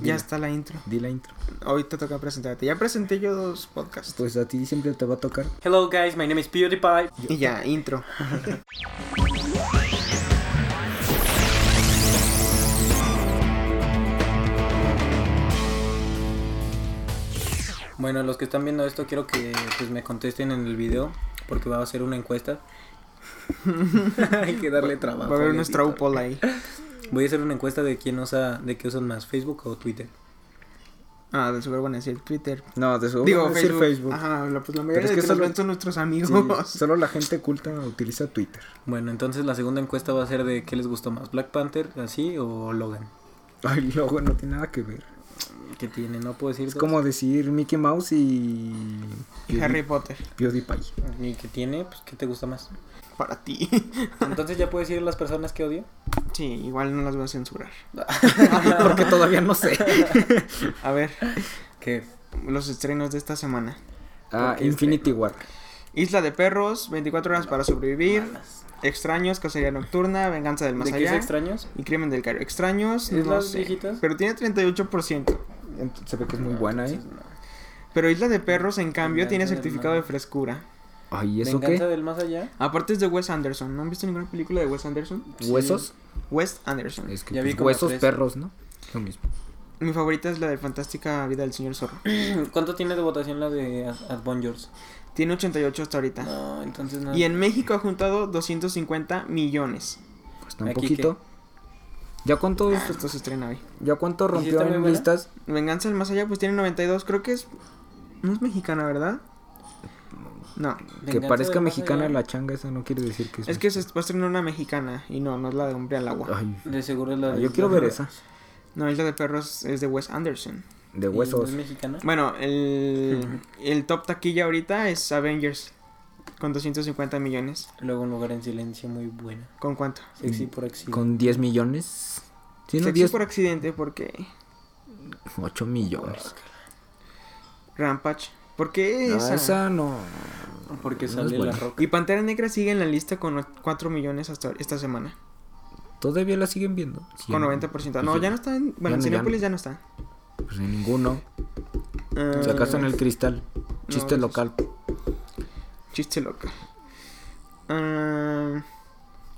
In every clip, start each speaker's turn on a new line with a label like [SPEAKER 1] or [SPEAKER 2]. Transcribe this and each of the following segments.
[SPEAKER 1] Ya está la intro.
[SPEAKER 2] Di la intro.
[SPEAKER 1] Hoy te toca presentarte. Ya presenté yo dos podcasts.
[SPEAKER 2] Pues a ti siempre te va a tocar.
[SPEAKER 3] Hello guys, my name is PewDiePie.
[SPEAKER 1] Y ya, intro.
[SPEAKER 3] Bueno, los que están viendo esto quiero que pues, me contesten en el video porque va a ser una encuesta. Hay que darle
[SPEAKER 1] Va
[SPEAKER 3] trabajo.
[SPEAKER 1] a haber
[SPEAKER 3] al
[SPEAKER 1] un
[SPEAKER 3] editor.
[SPEAKER 1] straupol ahí.
[SPEAKER 3] Voy a hacer una encuesta de quién usa, de qué usan más, Facebook o Twitter.
[SPEAKER 1] Ah, de súper bueno decir Twitter.
[SPEAKER 2] No, de su
[SPEAKER 1] Digo,
[SPEAKER 2] voy a decir
[SPEAKER 1] Facebook.
[SPEAKER 2] Facebook.
[SPEAKER 1] Ajá, la- pues la mayoría
[SPEAKER 2] es
[SPEAKER 1] de
[SPEAKER 2] que
[SPEAKER 1] que
[SPEAKER 2] solo-
[SPEAKER 1] nos ven son nuestros amigos.
[SPEAKER 2] Sí, solo la gente culta utiliza Twitter.
[SPEAKER 3] Bueno, entonces la segunda encuesta va a ser de qué les gustó más, Black Panther, así o Logan.
[SPEAKER 2] Ay, luego no tiene nada que ver.
[SPEAKER 3] ¿Qué tiene? No puedo decir.
[SPEAKER 2] Es
[SPEAKER 3] dos.
[SPEAKER 2] como decir Mickey Mouse y.
[SPEAKER 1] Y Harry Potter.
[SPEAKER 2] PewDiePie.
[SPEAKER 3] ¿Y qué tiene? Pues qué te gusta más.
[SPEAKER 1] Para ti.
[SPEAKER 3] Entonces ya puedes decir las personas que odio.
[SPEAKER 1] Sí, igual no las voy a censurar.
[SPEAKER 2] Porque todavía no sé.
[SPEAKER 1] A ver,
[SPEAKER 3] Que
[SPEAKER 1] los estrenos de esta semana.
[SPEAKER 2] Ah,
[SPEAKER 3] Porque
[SPEAKER 2] Infinity War.
[SPEAKER 1] Isla de perros, 24 horas para sobrevivir.
[SPEAKER 3] malas.
[SPEAKER 1] Extraños, cacería nocturna, venganza del más
[SPEAKER 3] ¿De qué es
[SPEAKER 1] allá.
[SPEAKER 3] extraños?
[SPEAKER 1] y crimen del Cairo. Extraños,
[SPEAKER 3] ¿Islas
[SPEAKER 1] no sé,
[SPEAKER 3] viejitas?
[SPEAKER 1] Pero tiene 38%.
[SPEAKER 2] Ent- Se ve que es muy buena, ¿eh?
[SPEAKER 3] Ah, Entonces, no.
[SPEAKER 1] Pero Isla de Perros, en cambio,
[SPEAKER 3] Venganza
[SPEAKER 1] tiene
[SPEAKER 3] del
[SPEAKER 1] certificado de
[SPEAKER 3] mar.
[SPEAKER 1] frescura.
[SPEAKER 2] Ay, ¿y eso
[SPEAKER 3] ¿Venganza
[SPEAKER 2] qué?
[SPEAKER 3] del más allá?
[SPEAKER 1] Aparte es de Wes Anderson. ¿No han visto ninguna película de Wes Anderson?
[SPEAKER 3] Sí.
[SPEAKER 2] ¿Huesos?
[SPEAKER 1] Wes Anderson.
[SPEAKER 2] Es que
[SPEAKER 3] Ya vi
[SPEAKER 2] pues,
[SPEAKER 3] como
[SPEAKER 2] huesos,
[SPEAKER 3] tres.
[SPEAKER 2] perros, ¿no? Lo mismo.
[SPEAKER 1] Mi favorita es la de Fantástica Vida del Señor Zorro.
[SPEAKER 3] ¿Cuánto tiene de votación la de Ad- Adventures?
[SPEAKER 1] Tiene 88 hasta
[SPEAKER 2] Ah.
[SPEAKER 1] ahorita.
[SPEAKER 3] No, entonces no.
[SPEAKER 1] Y en México ha juntado 250 millones.
[SPEAKER 2] Pues está un
[SPEAKER 3] Aquí,
[SPEAKER 2] poquito. ¿Ya cuánto,
[SPEAKER 1] Esto se estrena hoy.
[SPEAKER 2] ya cuánto
[SPEAKER 3] ¿Y si
[SPEAKER 2] rompió
[SPEAKER 3] está muy
[SPEAKER 2] en
[SPEAKER 3] buena?
[SPEAKER 2] listas?
[SPEAKER 1] Venganza del Más Allá, pues tiene 92. Creo que es. No es mexicana, ¿verdad? No.
[SPEAKER 2] Que
[SPEAKER 3] Venganza
[SPEAKER 2] parezca
[SPEAKER 3] del más
[SPEAKER 2] mexicana
[SPEAKER 3] allá,
[SPEAKER 2] la changa, eso no quiere decir que es.
[SPEAKER 1] Es Ah. que se va a estrenar una mexicana. Y no, no es la de Hombre al Agua.
[SPEAKER 2] Ay, ah,
[SPEAKER 3] De seguro es la de
[SPEAKER 2] yo quiero ver esa.
[SPEAKER 1] No, Isla de Perros es de Wes Anderson.
[SPEAKER 2] De
[SPEAKER 3] ¿Y no
[SPEAKER 2] huesos.
[SPEAKER 3] es mexicana?
[SPEAKER 1] Bueno, el, el top taquilla ahorita es Avengers con 250 millones.
[SPEAKER 3] Luego un lugar en silencio muy buena.
[SPEAKER 1] ¿Con cuánto?
[SPEAKER 3] Sexy
[SPEAKER 2] Mm.
[SPEAKER 3] por accidente.
[SPEAKER 2] Con 10 millones. Sí, no,
[SPEAKER 1] Sexy
[SPEAKER 2] 10.
[SPEAKER 1] por accidente porque
[SPEAKER 2] 8
[SPEAKER 1] Ah,
[SPEAKER 2] millones.
[SPEAKER 1] Rampage. ¿Por qué
[SPEAKER 2] No,
[SPEAKER 1] esa?
[SPEAKER 2] esa no.
[SPEAKER 3] Porque
[SPEAKER 2] No es
[SPEAKER 3] sale la
[SPEAKER 2] buena.
[SPEAKER 3] roca.
[SPEAKER 1] Y Pantera Negra sigue en la lista con 4 millones hasta esta semana.
[SPEAKER 2] Todavía la siguen viendo. Sí,
[SPEAKER 1] Con 90%. No,
[SPEAKER 2] Pues
[SPEAKER 1] ya no está en...
[SPEAKER 2] ya
[SPEAKER 1] Bueno, en
[SPEAKER 2] no, ya
[SPEAKER 1] Cinépolis
[SPEAKER 2] no.
[SPEAKER 1] ya no está.
[SPEAKER 2] Pues en ninguno.
[SPEAKER 1] Ah,
[SPEAKER 2] Si acaso en el cristal. Chiste
[SPEAKER 1] eso
[SPEAKER 2] local.
[SPEAKER 1] Chiste loco. Ah,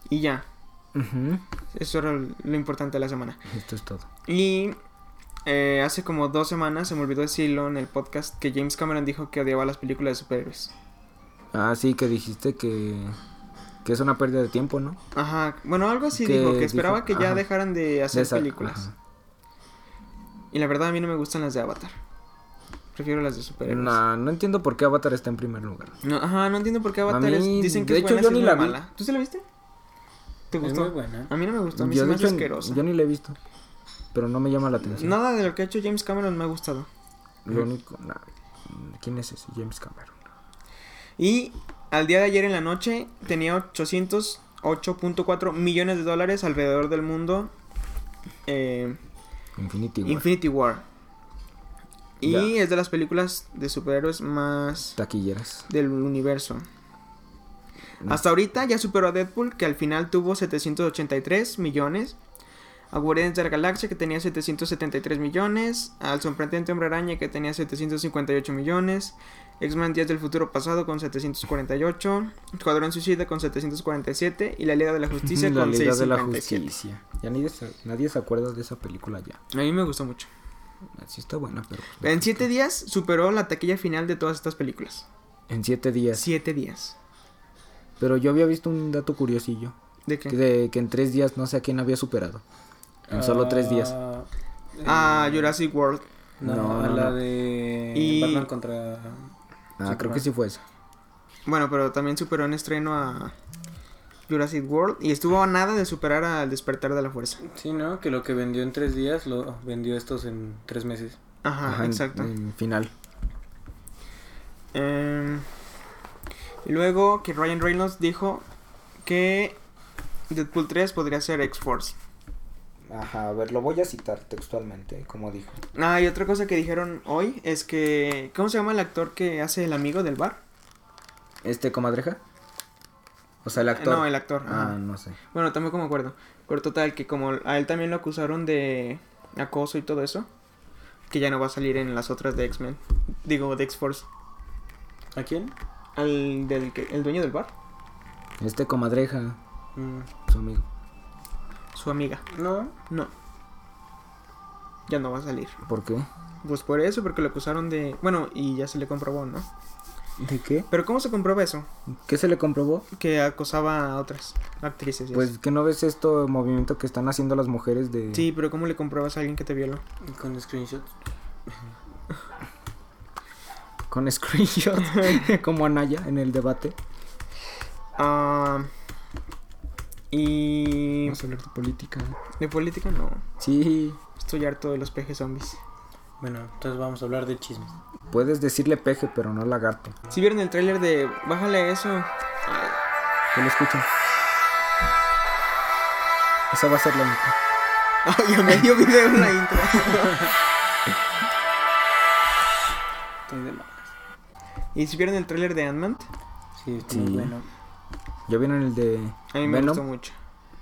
[SPEAKER 1] y ya.
[SPEAKER 2] Ujú.
[SPEAKER 1] Eso era lo importante de la semana.
[SPEAKER 2] Esto es todo.
[SPEAKER 1] Y eh, hace como dos semanas se me olvidó decirlo en el podcast que James Cameron dijo que odiaba las películas de superhéroes.
[SPEAKER 2] Ah, sí, que dijiste que. Que es una pérdida de tiempo, ¿no?
[SPEAKER 1] Ajá, bueno, algo así
[SPEAKER 2] Que
[SPEAKER 1] dijo, que esperaba
[SPEAKER 2] dijo-
[SPEAKER 1] que ya
[SPEAKER 2] ajá.
[SPEAKER 1] dejaran de hacer
[SPEAKER 2] De esa-
[SPEAKER 1] películas.
[SPEAKER 2] ajá.
[SPEAKER 1] Y la verdad a mí no me gustan las de Avatar. Prefiero las de superhéroes.
[SPEAKER 2] Nah, no entiendo por qué Avatar está en primer lugar.
[SPEAKER 1] No, ajá, no entiendo por qué Avatar
[SPEAKER 2] mí,
[SPEAKER 1] es- dicen que
[SPEAKER 2] de
[SPEAKER 1] es
[SPEAKER 2] hecho,
[SPEAKER 1] buena
[SPEAKER 2] yo
[SPEAKER 1] siendo
[SPEAKER 2] ni la vi.
[SPEAKER 1] mala. ¿Tú se la viste? ¿Te
[SPEAKER 3] Es
[SPEAKER 1] gustó?
[SPEAKER 3] muy buena.
[SPEAKER 1] A mí no me gustó, a mí Pues, se
[SPEAKER 2] Yo,
[SPEAKER 1] me
[SPEAKER 2] de
[SPEAKER 1] hace
[SPEAKER 2] hecho,
[SPEAKER 1] asquerosa.
[SPEAKER 2] yo ni la he visto. Pero no me llama la atención.
[SPEAKER 1] Nada de lo que ha hecho James Cameron me ha gustado.
[SPEAKER 2] Lo único. nah. ¿Quién es ese? James Cameron.
[SPEAKER 1] Y al día de ayer en la noche tenía 808.4 millones de dólares alrededor del mundo. eh,
[SPEAKER 2] Infinity War.
[SPEAKER 1] Infinity War. Y
[SPEAKER 2] Ya.
[SPEAKER 1] es de las películas de superhéroes más
[SPEAKER 2] Taquilleras.
[SPEAKER 1] del universo. Hasta ahorita ya superó a Deadpool, que al final tuvo 783 millones. A Guardianes de la Galaxia, que tenía 773 millones. Al Sorprendente Hombre Araña, que tenía 758 millones. X-Men Días del Futuro Pasado, con 748. Escuadrón Suicida, con 747. Y la Liga de la Justicia,
[SPEAKER 2] la
[SPEAKER 1] con
[SPEAKER 2] Liga de la
[SPEAKER 1] 657.
[SPEAKER 2] Justicia. Ya nadie se, nadie se acuerda de esa película ya.
[SPEAKER 1] A mí me gustó mucho.
[SPEAKER 2] Sí está buena, pero... pues,
[SPEAKER 1] En 7 días superó la taquilla final de todas estas películas.
[SPEAKER 2] En siete días.
[SPEAKER 1] 7 días.
[SPEAKER 2] Pero yo había visto un dato curiosillo.
[SPEAKER 1] ¿De qué?
[SPEAKER 2] que De que en tres días no sé a quién había superado. En solo tres días.
[SPEAKER 3] Ah,
[SPEAKER 1] Ah,
[SPEAKER 3] eh,
[SPEAKER 1] Jurassic World.
[SPEAKER 3] No,
[SPEAKER 2] No,
[SPEAKER 3] a
[SPEAKER 2] no,
[SPEAKER 3] la
[SPEAKER 2] no.
[SPEAKER 3] de
[SPEAKER 1] Y-
[SPEAKER 3] Batman contra...
[SPEAKER 2] Ah,
[SPEAKER 3] sí,
[SPEAKER 2] creo
[SPEAKER 3] claro.
[SPEAKER 2] que sí fue esa.
[SPEAKER 1] Bueno, pero también superó en estreno a Jurassic World y estuvo a nada de superar al Despertar de la Fuerza.
[SPEAKER 3] Sí, ¿no? Que lo que vendió en tres días lo vendió estos en tres meses.
[SPEAKER 1] Ajá,
[SPEAKER 2] Ajá, en-
[SPEAKER 1] Ah, exacto.
[SPEAKER 2] en final.
[SPEAKER 1] Em, y luego que Ryan Reynolds dijo que Deadpool 3 podría ser X-Force.
[SPEAKER 2] Ajá, a ver, lo voy a citar textualmente, como dijo.
[SPEAKER 1] Ah, y otra cosa que dijeron hoy es que... ¿Cómo se llama el actor que hace el amigo del bar?
[SPEAKER 2] ¿Este comadreja? O sea, el
[SPEAKER 1] Eh,
[SPEAKER 2] actor.
[SPEAKER 1] No, el actor.
[SPEAKER 2] Ah,
[SPEAKER 1] ajá.
[SPEAKER 2] no sé.
[SPEAKER 1] Bueno, tampoco me acuerdo. Pero total, que como a él también lo acusaron de acoso y todo eso, que ya no va a salir en las otras de X-Men. Digo, de X-Force.
[SPEAKER 3] ¿A quién?
[SPEAKER 1] Al del que- el dueño del bar,
[SPEAKER 2] Este comadreja,
[SPEAKER 3] Mm,
[SPEAKER 2] su amigo.
[SPEAKER 1] su amiga.
[SPEAKER 3] No.
[SPEAKER 1] No. Ya no va a salir.
[SPEAKER 2] ¿Por qué?
[SPEAKER 1] Pues por eso, porque lo acusaron de... Bueno, y ya se le comprobó, ¿no?
[SPEAKER 2] ¿De qué?
[SPEAKER 1] Pero ¿cómo se comprueba eso?
[SPEAKER 2] ¿Qué se le comprobó?
[SPEAKER 1] Que acosaba a otras actrices. y
[SPEAKER 2] Pues
[SPEAKER 1] eso.
[SPEAKER 2] que no ves esto movimiento que están haciendo las mujeres de...
[SPEAKER 1] Sí, pero ¿cómo le compruebas a alguien que te violó?
[SPEAKER 3] Con screenshots.
[SPEAKER 2] Con screenshot, como Anaya en el debate.
[SPEAKER 1] Ah, y...
[SPEAKER 2] Vamos a hablar de política.
[SPEAKER 1] De política no.
[SPEAKER 2] Sí,
[SPEAKER 1] Estoy harto de los pejes zombies.
[SPEAKER 3] Bueno, entonces vamos a hablar de chismes.
[SPEAKER 2] puedes decirle peje, pero no lagarto.
[SPEAKER 1] Si vieron el tráiler de... Bájale eso.
[SPEAKER 2] Que lo escuchen. Esa va a ser la intro.
[SPEAKER 1] Ay, a medio video en la intro.
[SPEAKER 3] Estoy de malas.
[SPEAKER 1] ¿Y si vieron el tráiler de Ant-Man?
[SPEAKER 3] Sí, está
[SPEAKER 2] Sí.
[SPEAKER 3] muy bueno.
[SPEAKER 2] ¿Ya vieron el de
[SPEAKER 1] A mí me
[SPEAKER 2] Venom?
[SPEAKER 1] gustó mucho.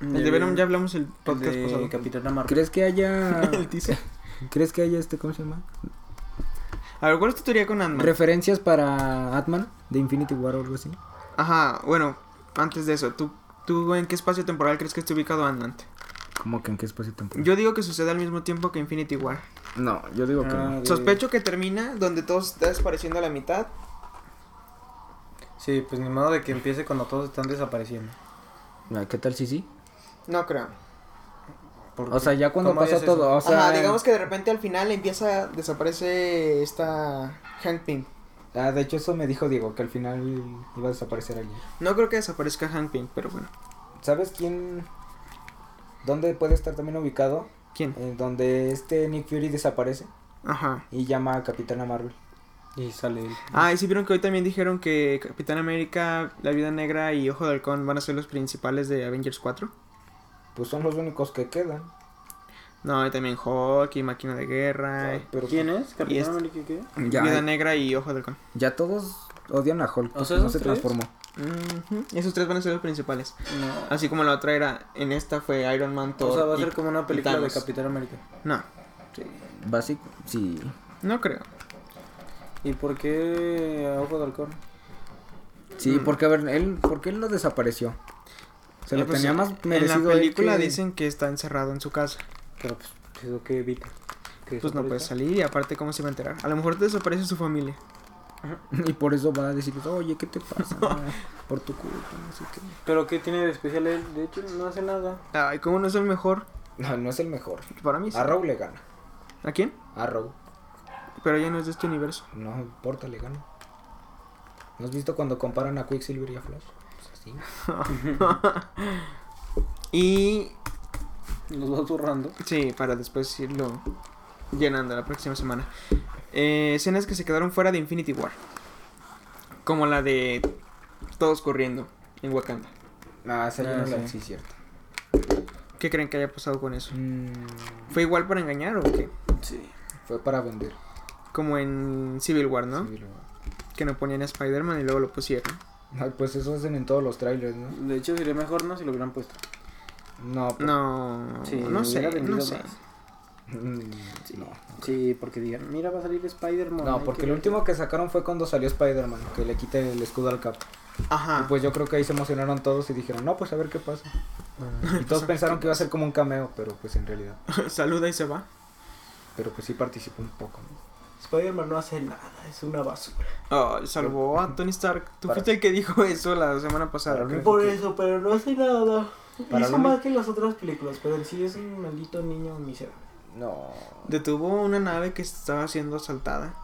[SPEAKER 1] El de Venom ya hablamos el podcast
[SPEAKER 3] de
[SPEAKER 1] pasado. Ah,
[SPEAKER 3] Capitana Marvel.
[SPEAKER 2] ¿Crees que haya...
[SPEAKER 1] El teaser.
[SPEAKER 2] ¿Crees que haya este, cómo se llama?
[SPEAKER 1] A ver, ¿cuál es tu teoría con Ant-Man?
[SPEAKER 2] Referencias para Atman de Infinity War o algo así.
[SPEAKER 1] Ajá, bueno, antes de eso, ¿tú, ¿tú en qué espacio temporal crees que esté ubicado Ant-Man?
[SPEAKER 2] ¿Cómo que en qué espacio temporal?
[SPEAKER 1] Yo digo que sucede al mismo tiempo que Infinity War.
[SPEAKER 2] No, yo digo que no.
[SPEAKER 3] Ah,
[SPEAKER 1] Sospecho que termina donde todo está desapareciendo a la mitad.
[SPEAKER 3] Sí, pues ni modo de que empiece cuando todos están desapareciendo.
[SPEAKER 2] Ah, ¿Qué tal si sí?
[SPEAKER 1] No creo.
[SPEAKER 3] Porque-
[SPEAKER 2] O sea, ya cuando
[SPEAKER 3] ¿cómo
[SPEAKER 2] pasa
[SPEAKER 3] harías eso?
[SPEAKER 2] todo, o sea...
[SPEAKER 1] Ajá, digamos que de repente al final empieza, desaparece esta Hank Pym.
[SPEAKER 2] Ah, de hecho eso me dijo Diego, que al final iba a desaparecer alguien.
[SPEAKER 1] No creo que desaparezca Hank Pym, pero bueno.
[SPEAKER 2] ¿Sabes quién? ¿Dónde puede estar también ubicado?
[SPEAKER 1] ¿Quién?
[SPEAKER 2] En donde este Nick Fury desaparece
[SPEAKER 1] Ajá.
[SPEAKER 2] y llama a Capitana Marvel.
[SPEAKER 3] Y sale él.
[SPEAKER 1] Ah, y sí vieron que hoy también dijeron que Capitán América, La Vida Negra y Ojo de Halcón van a ser los principales de Avengers 4.
[SPEAKER 2] Pues son los únicos que quedan.
[SPEAKER 1] No, y también Hulk y Máquina de Guerra. y-
[SPEAKER 2] Pero
[SPEAKER 3] ¿Quién es?
[SPEAKER 1] Y
[SPEAKER 3] ¿Capitán
[SPEAKER 1] este-
[SPEAKER 3] América qué?
[SPEAKER 2] Ya,
[SPEAKER 1] Viuda Negra y Ojo de Halcón.
[SPEAKER 2] ya todos odian a Hulk.
[SPEAKER 3] O sea,
[SPEAKER 2] porque no
[SPEAKER 3] esos
[SPEAKER 2] se
[SPEAKER 3] tres.
[SPEAKER 2] transformó.
[SPEAKER 1] Ujú, Esos tres van a ser los principales.
[SPEAKER 3] No.
[SPEAKER 1] Así como la otra era, en esta fue Iron Man, Thor.
[SPEAKER 3] O sea, va a
[SPEAKER 1] y-
[SPEAKER 3] ser como una película de
[SPEAKER 1] Thanos.
[SPEAKER 3] Capitán América.
[SPEAKER 1] No,
[SPEAKER 2] Básico, sí.
[SPEAKER 1] no creo.
[SPEAKER 3] ¿Y por qué a Ojo de Halcón?
[SPEAKER 2] Sí,
[SPEAKER 1] Mm.
[SPEAKER 2] porque a ver, él, ¿por qué él lo desapareció? Se
[SPEAKER 1] Eh,
[SPEAKER 2] lo
[SPEAKER 1] pues,
[SPEAKER 2] tenía más merecido.
[SPEAKER 1] En la
[SPEAKER 2] él
[SPEAKER 1] película
[SPEAKER 2] que-
[SPEAKER 1] dicen que está encerrado en su casa.
[SPEAKER 3] Pero pues, ¿eso qué evita? ¿Que
[SPEAKER 1] Pues no puede
[SPEAKER 3] desaparezca?
[SPEAKER 1] salir y aparte, ¿cómo se va a enterar? A lo mejor desaparece su familia.
[SPEAKER 2] Y por eso va a decir, oye, ¿qué te pasa? por tu culpa, no sé qué.
[SPEAKER 3] ¿Pero qué tiene de especial él? De hecho, no hace nada.
[SPEAKER 1] Ay, ¿cómo no es el mejor?
[SPEAKER 2] No, no es el mejor.
[SPEAKER 1] Para mí sí.
[SPEAKER 2] A Row le gana.
[SPEAKER 1] ¿A quién?
[SPEAKER 2] A Row.
[SPEAKER 1] Pero ya no es de este universo.
[SPEAKER 2] No importa, le gana. ¿No has visto cuando comparan a Quicksilver y a Flash? Pues así.
[SPEAKER 1] Y.
[SPEAKER 3] Los va zurrando.
[SPEAKER 1] Sí, para después irlo llenando la próxima semana. Eh, escenas que se quedaron fuera de Infinity War. Como la de todos corriendo en Wakanda.
[SPEAKER 2] Ah, esa yo
[SPEAKER 3] Ah,
[SPEAKER 2] no la- sí,
[SPEAKER 3] sí.
[SPEAKER 2] cierto.
[SPEAKER 1] ¿Qué creen que haya pasado con eso?
[SPEAKER 2] Mm,
[SPEAKER 1] ¿Fue igual para engañar o qué?
[SPEAKER 3] Sí.
[SPEAKER 2] fue para vender.
[SPEAKER 1] Como en Civil War, ¿no?
[SPEAKER 2] sí, lo-
[SPEAKER 1] Que no ponían a Spider-Man y luego lo pusieron.
[SPEAKER 2] Ah, pues eso hacen en todos los trailers, ¿no?
[SPEAKER 3] De hecho, sería mejor, ¿no? Si lo hubieran puesto.
[SPEAKER 2] No. pues,
[SPEAKER 1] No,
[SPEAKER 3] Sí,
[SPEAKER 1] no sé,
[SPEAKER 3] hubiera vendido
[SPEAKER 1] no sé.
[SPEAKER 3] más.
[SPEAKER 2] mm, No.
[SPEAKER 3] Sí, porque digan, mira, va a salir Spider-Man.
[SPEAKER 2] No,
[SPEAKER 3] hay
[SPEAKER 2] porque
[SPEAKER 3] que
[SPEAKER 2] lo
[SPEAKER 3] ver".
[SPEAKER 2] último que sacaron fue cuando salió Spider-Man, que le quita el escudo al cap.
[SPEAKER 1] Ajá.
[SPEAKER 2] Y pues yo creo que ahí se emocionaron todos y dijeron, no, pues a ver qué pasa.
[SPEAKER 3] Ah,
[SPEAKER 2] Y todos pensaron que iba a ser como un cameo, pero pues en realidad.
[SPEAKER 1] Saluda y se va.
[SPEAKER 2] Pero pues sí participó un poco. ¿no?
[SPEAKER 4] Spider-Man no hace nada, es una basura.
[SPEAKER 1] Oh, salvó a Tony Stark. Tú
[SPEAKER 2] Para-
[SPEAKER 1] fuiste el que dijo eso la semana pasada.
[SPEAKER 2] Para-
[SPEAKER 1] creo.
[SPEAKER 4] Por eso, pero no hace nada.
[SPEAKER 2] Para
[SPEAKER 4] Hizo
[SPEAKER 2] lo
[SPEAKER 4] más que en las otras películas, pero en sí es un maldito niño miserable.
[SPEAKER 2] No.
[SPEAKER 1] Detuvo una nave que estaba siendo asaltada.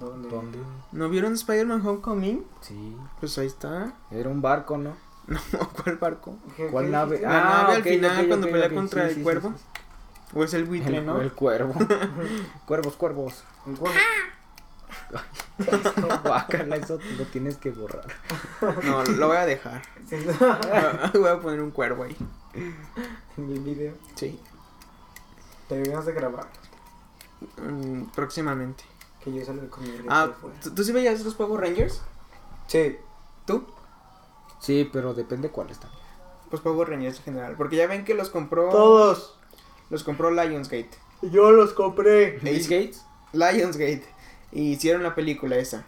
[SPEAKER 4] ¿Dónde?
[SPEAKER 2] ¿Dónde?
[SPEAKER 1] ¿No vieron Spider-Man Homecoming?
[SPEAKER 2] Sí.
[SPEAKER 1] Pues ahí está.
[SPEAKER 2] Era un barco, ¿no?
[SPEAKER 1] No, ¿cuál barco?
[SPEAKER 4] ¿Qué-
[SPEAKER 2] ¿Cuál
[SPEAKER 4] qué
[SPEAKER 2] nave?
[SPEAKER 1] Eh,
[SPEAKER 2] Ah,
[SPEAKER 4] dijiste?
[SPEAKER 1] La nave al
[SPEAKER 2] ok,
[SPEAKER 1] final
[SPEAKER 2] ok,
[SPEAKER 1] cuando
[SPEAKER 2] ok,
[SPEAKER 1] pelea
[SPEAKER 2] ok,
[SPEAKER 1] contra el cuervo. ¿O es el buitre,
[SPEAKER 2] El,
[SPEAKER 1] no?
[SPEAKER 2] el cuervo. cuervos, cuervos.
[SPEAKER 4] ¿En cuál?
[SPEAKER 2] Guácala, eso lo tienes que borrar.
[SPEAKER 1] No, lo voy a dejar.
[SPEAKER 4] Sí,
[SPEAKER 1] Ah. voy a poner un cuervo ahí.
[SPEAKER 4] En el video.
[SPEAKER 1] Sí.
[SPEAKER 4] Te debías de grabar.
[SPEAKER 1] Mm, próximamente.
[SPEAKER 4] Que yo se lo recomiendo.
[SPEAKER 1] Ah,
[SPEAKER 4] que fuera.
[SPEAKER 1] ¿tú, tú sí veías los Power Rangers?
[SPEAKER 4] Sí.
[SPEAKER 1] ¿Tú?
[SPEAKER 2] Sí, pero depende cuál está.
[SPEAKER 1] Pues Power Rangers en general. Porque ya ven que los compró.
[SPEAKER 4] Todos.
[SPEAKER 1] Los compró Lionsgate. Yo los compré.
[SPEAKER 2] Bill Gates.
[SPEAKER 1] Lionsgate. Y hicieron la película esa.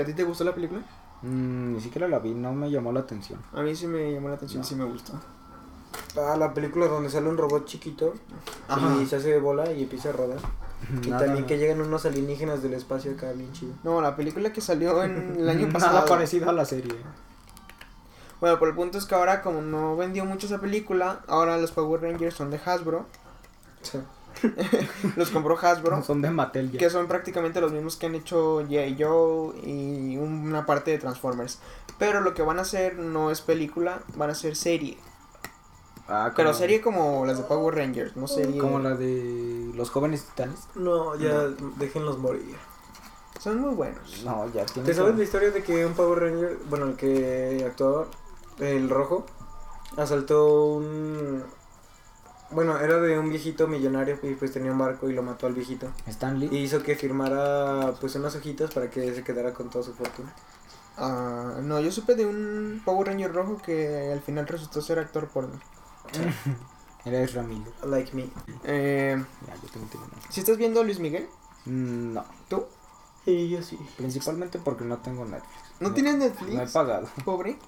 [SPEAKER 1] ¿A ti te gustó la película?
[SPEAKER 2] Mm, ni siquiera la vi, no me llamó la atención.
[SPEAKER 1] A mí sí me llamó la atención, sí me gustó.
[SPEAKER 4] Ah, la película donde sale un robot chiquito
[SPEAKER 1] Ajá.
[SPEAKER 4] y se hace de bola y empieza a rodar. Y
[SPEAKER 2] Nada,
[SPEAKER 4] también
[SPEAKER 2] nada.
[SPEAKER 4] que llegan unos alienígenas del espacio acá, bien chido.
[SPEAKER 1] No, la película que salió en el año
[SPEAKER 2] Nada
[SPEAKER 1] pasado.
[SPEAKER 2] parecido a la serie.
[SPEAKER 1] Bueno, pero el punto es que ahora como no vendió mucho esa película, ahora los Power Rangers son de Hasbro. Los compró Hasbro,
[SPEAKER 2] Son de Mattel ya.
[SPEAKER 1] que son prácticamente los mismos que han hecho G.I. Joe y una parte de Transformers. Pero lo que van a hacer no es película, van a hacer serie.
[SPEAKER 2] Ah,
[SPEAKER 1] Pero
[SPEAKER 2] como-
[SPEAKER 1] serie como las de Power Rangers, no serie...
[SPEAKER 2] Como la de los jóvenes titanes.
[SPEAKER 4] No, ya déjenlos morir.
[SPEAKER 1] Son muy buenos.
[SPEAKER 2] No, ya tiene.
[SPEAKER 4] ¿Te sabes la historia de que un Power Ranger, bueno, el que actuaba, el rojo, asaltó un... Bueno, era de un viejito millonario y pues tenía un barco y lo mató al viejito.
[SPEAKER 2] Stan Lee.
[SPEAKER 4] Y hizo que firmara pues unas hojitas para que se quedara con toda su fortuna.
[SPEAKER 1] Ah, no, yo supe de un Power Ranger rojo que al final resultó ser actor porno.
[SPEAKER 2] Era Ezra Miller.
[SPEAKER 4] Like me.
[SPEAKER 1] Eh,
[SPEAKER 2] Ya, yo tengo un teléfono.
[SPEAKER 1] ¿Sí estás viendo a Luis Miguel?
[SPEAKER 2] Mm, No,
[SPEAKER 1] ¿Tú?
[SPEAKER 4] Y yo sí.
[SPEAKER 2] principalmente porque no tengo Netflix.
[SPEAKER 1] ¿No tienes
[SPEAKER 2] No he
[SPEAKER 1] Netflix?
[SPEAKER 2] pagado.
[SPEAKER 1] Pobre.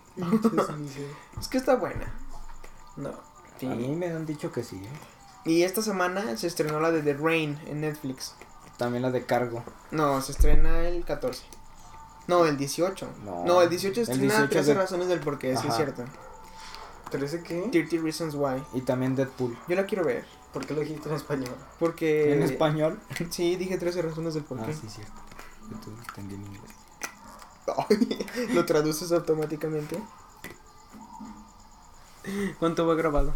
[SPEAKER 1] Es que está buena.
[SPEAKER 4] No.
[SPEAKER 2] A mí me han dicho que sí. ¿eh?
[SPEAKER 1] Y esta semana se estrenó la de The Rain en Netflix.
[SPEAKER 2] También la de cargo.
[SPEAKER 1] No, se estrena el 14. No, el 18. No,
[SPEAKER 2] No.
[SPEAKER 1] el 18 se
[SPEAKER 2] El
[SPEAKER 1] estrena
[SPEAKER 2] 18
[SPEAKER 1] 13
[SPEAKER 2] de-
[SPEAKER 1] razones del porqué, sí es
[SPEAKER 2] Ajá.
[SPEAKER 1] cierto.
[SPEAKER 4] ¿Parece que?
[SPEAKER 1] 30 Reasons Why.
[SPEAKER 2] Y también Deadpool.
[SPEAKER 1] Yo la quiero ver.
[SPEAKER 4] ¿Por qué lo dijiste en español?
[SPEAKER 1] Porque.
[SPEAKER 2] En español.
[SPEAKER 1] Sí, dije 13 razones del porqué.
[SPEAKER 2] Ah, sí, cierto. Yo te entendí en inglés.
[SPEAKER 1] Lo traduces automáticamente. ¿Cuánto va grabado?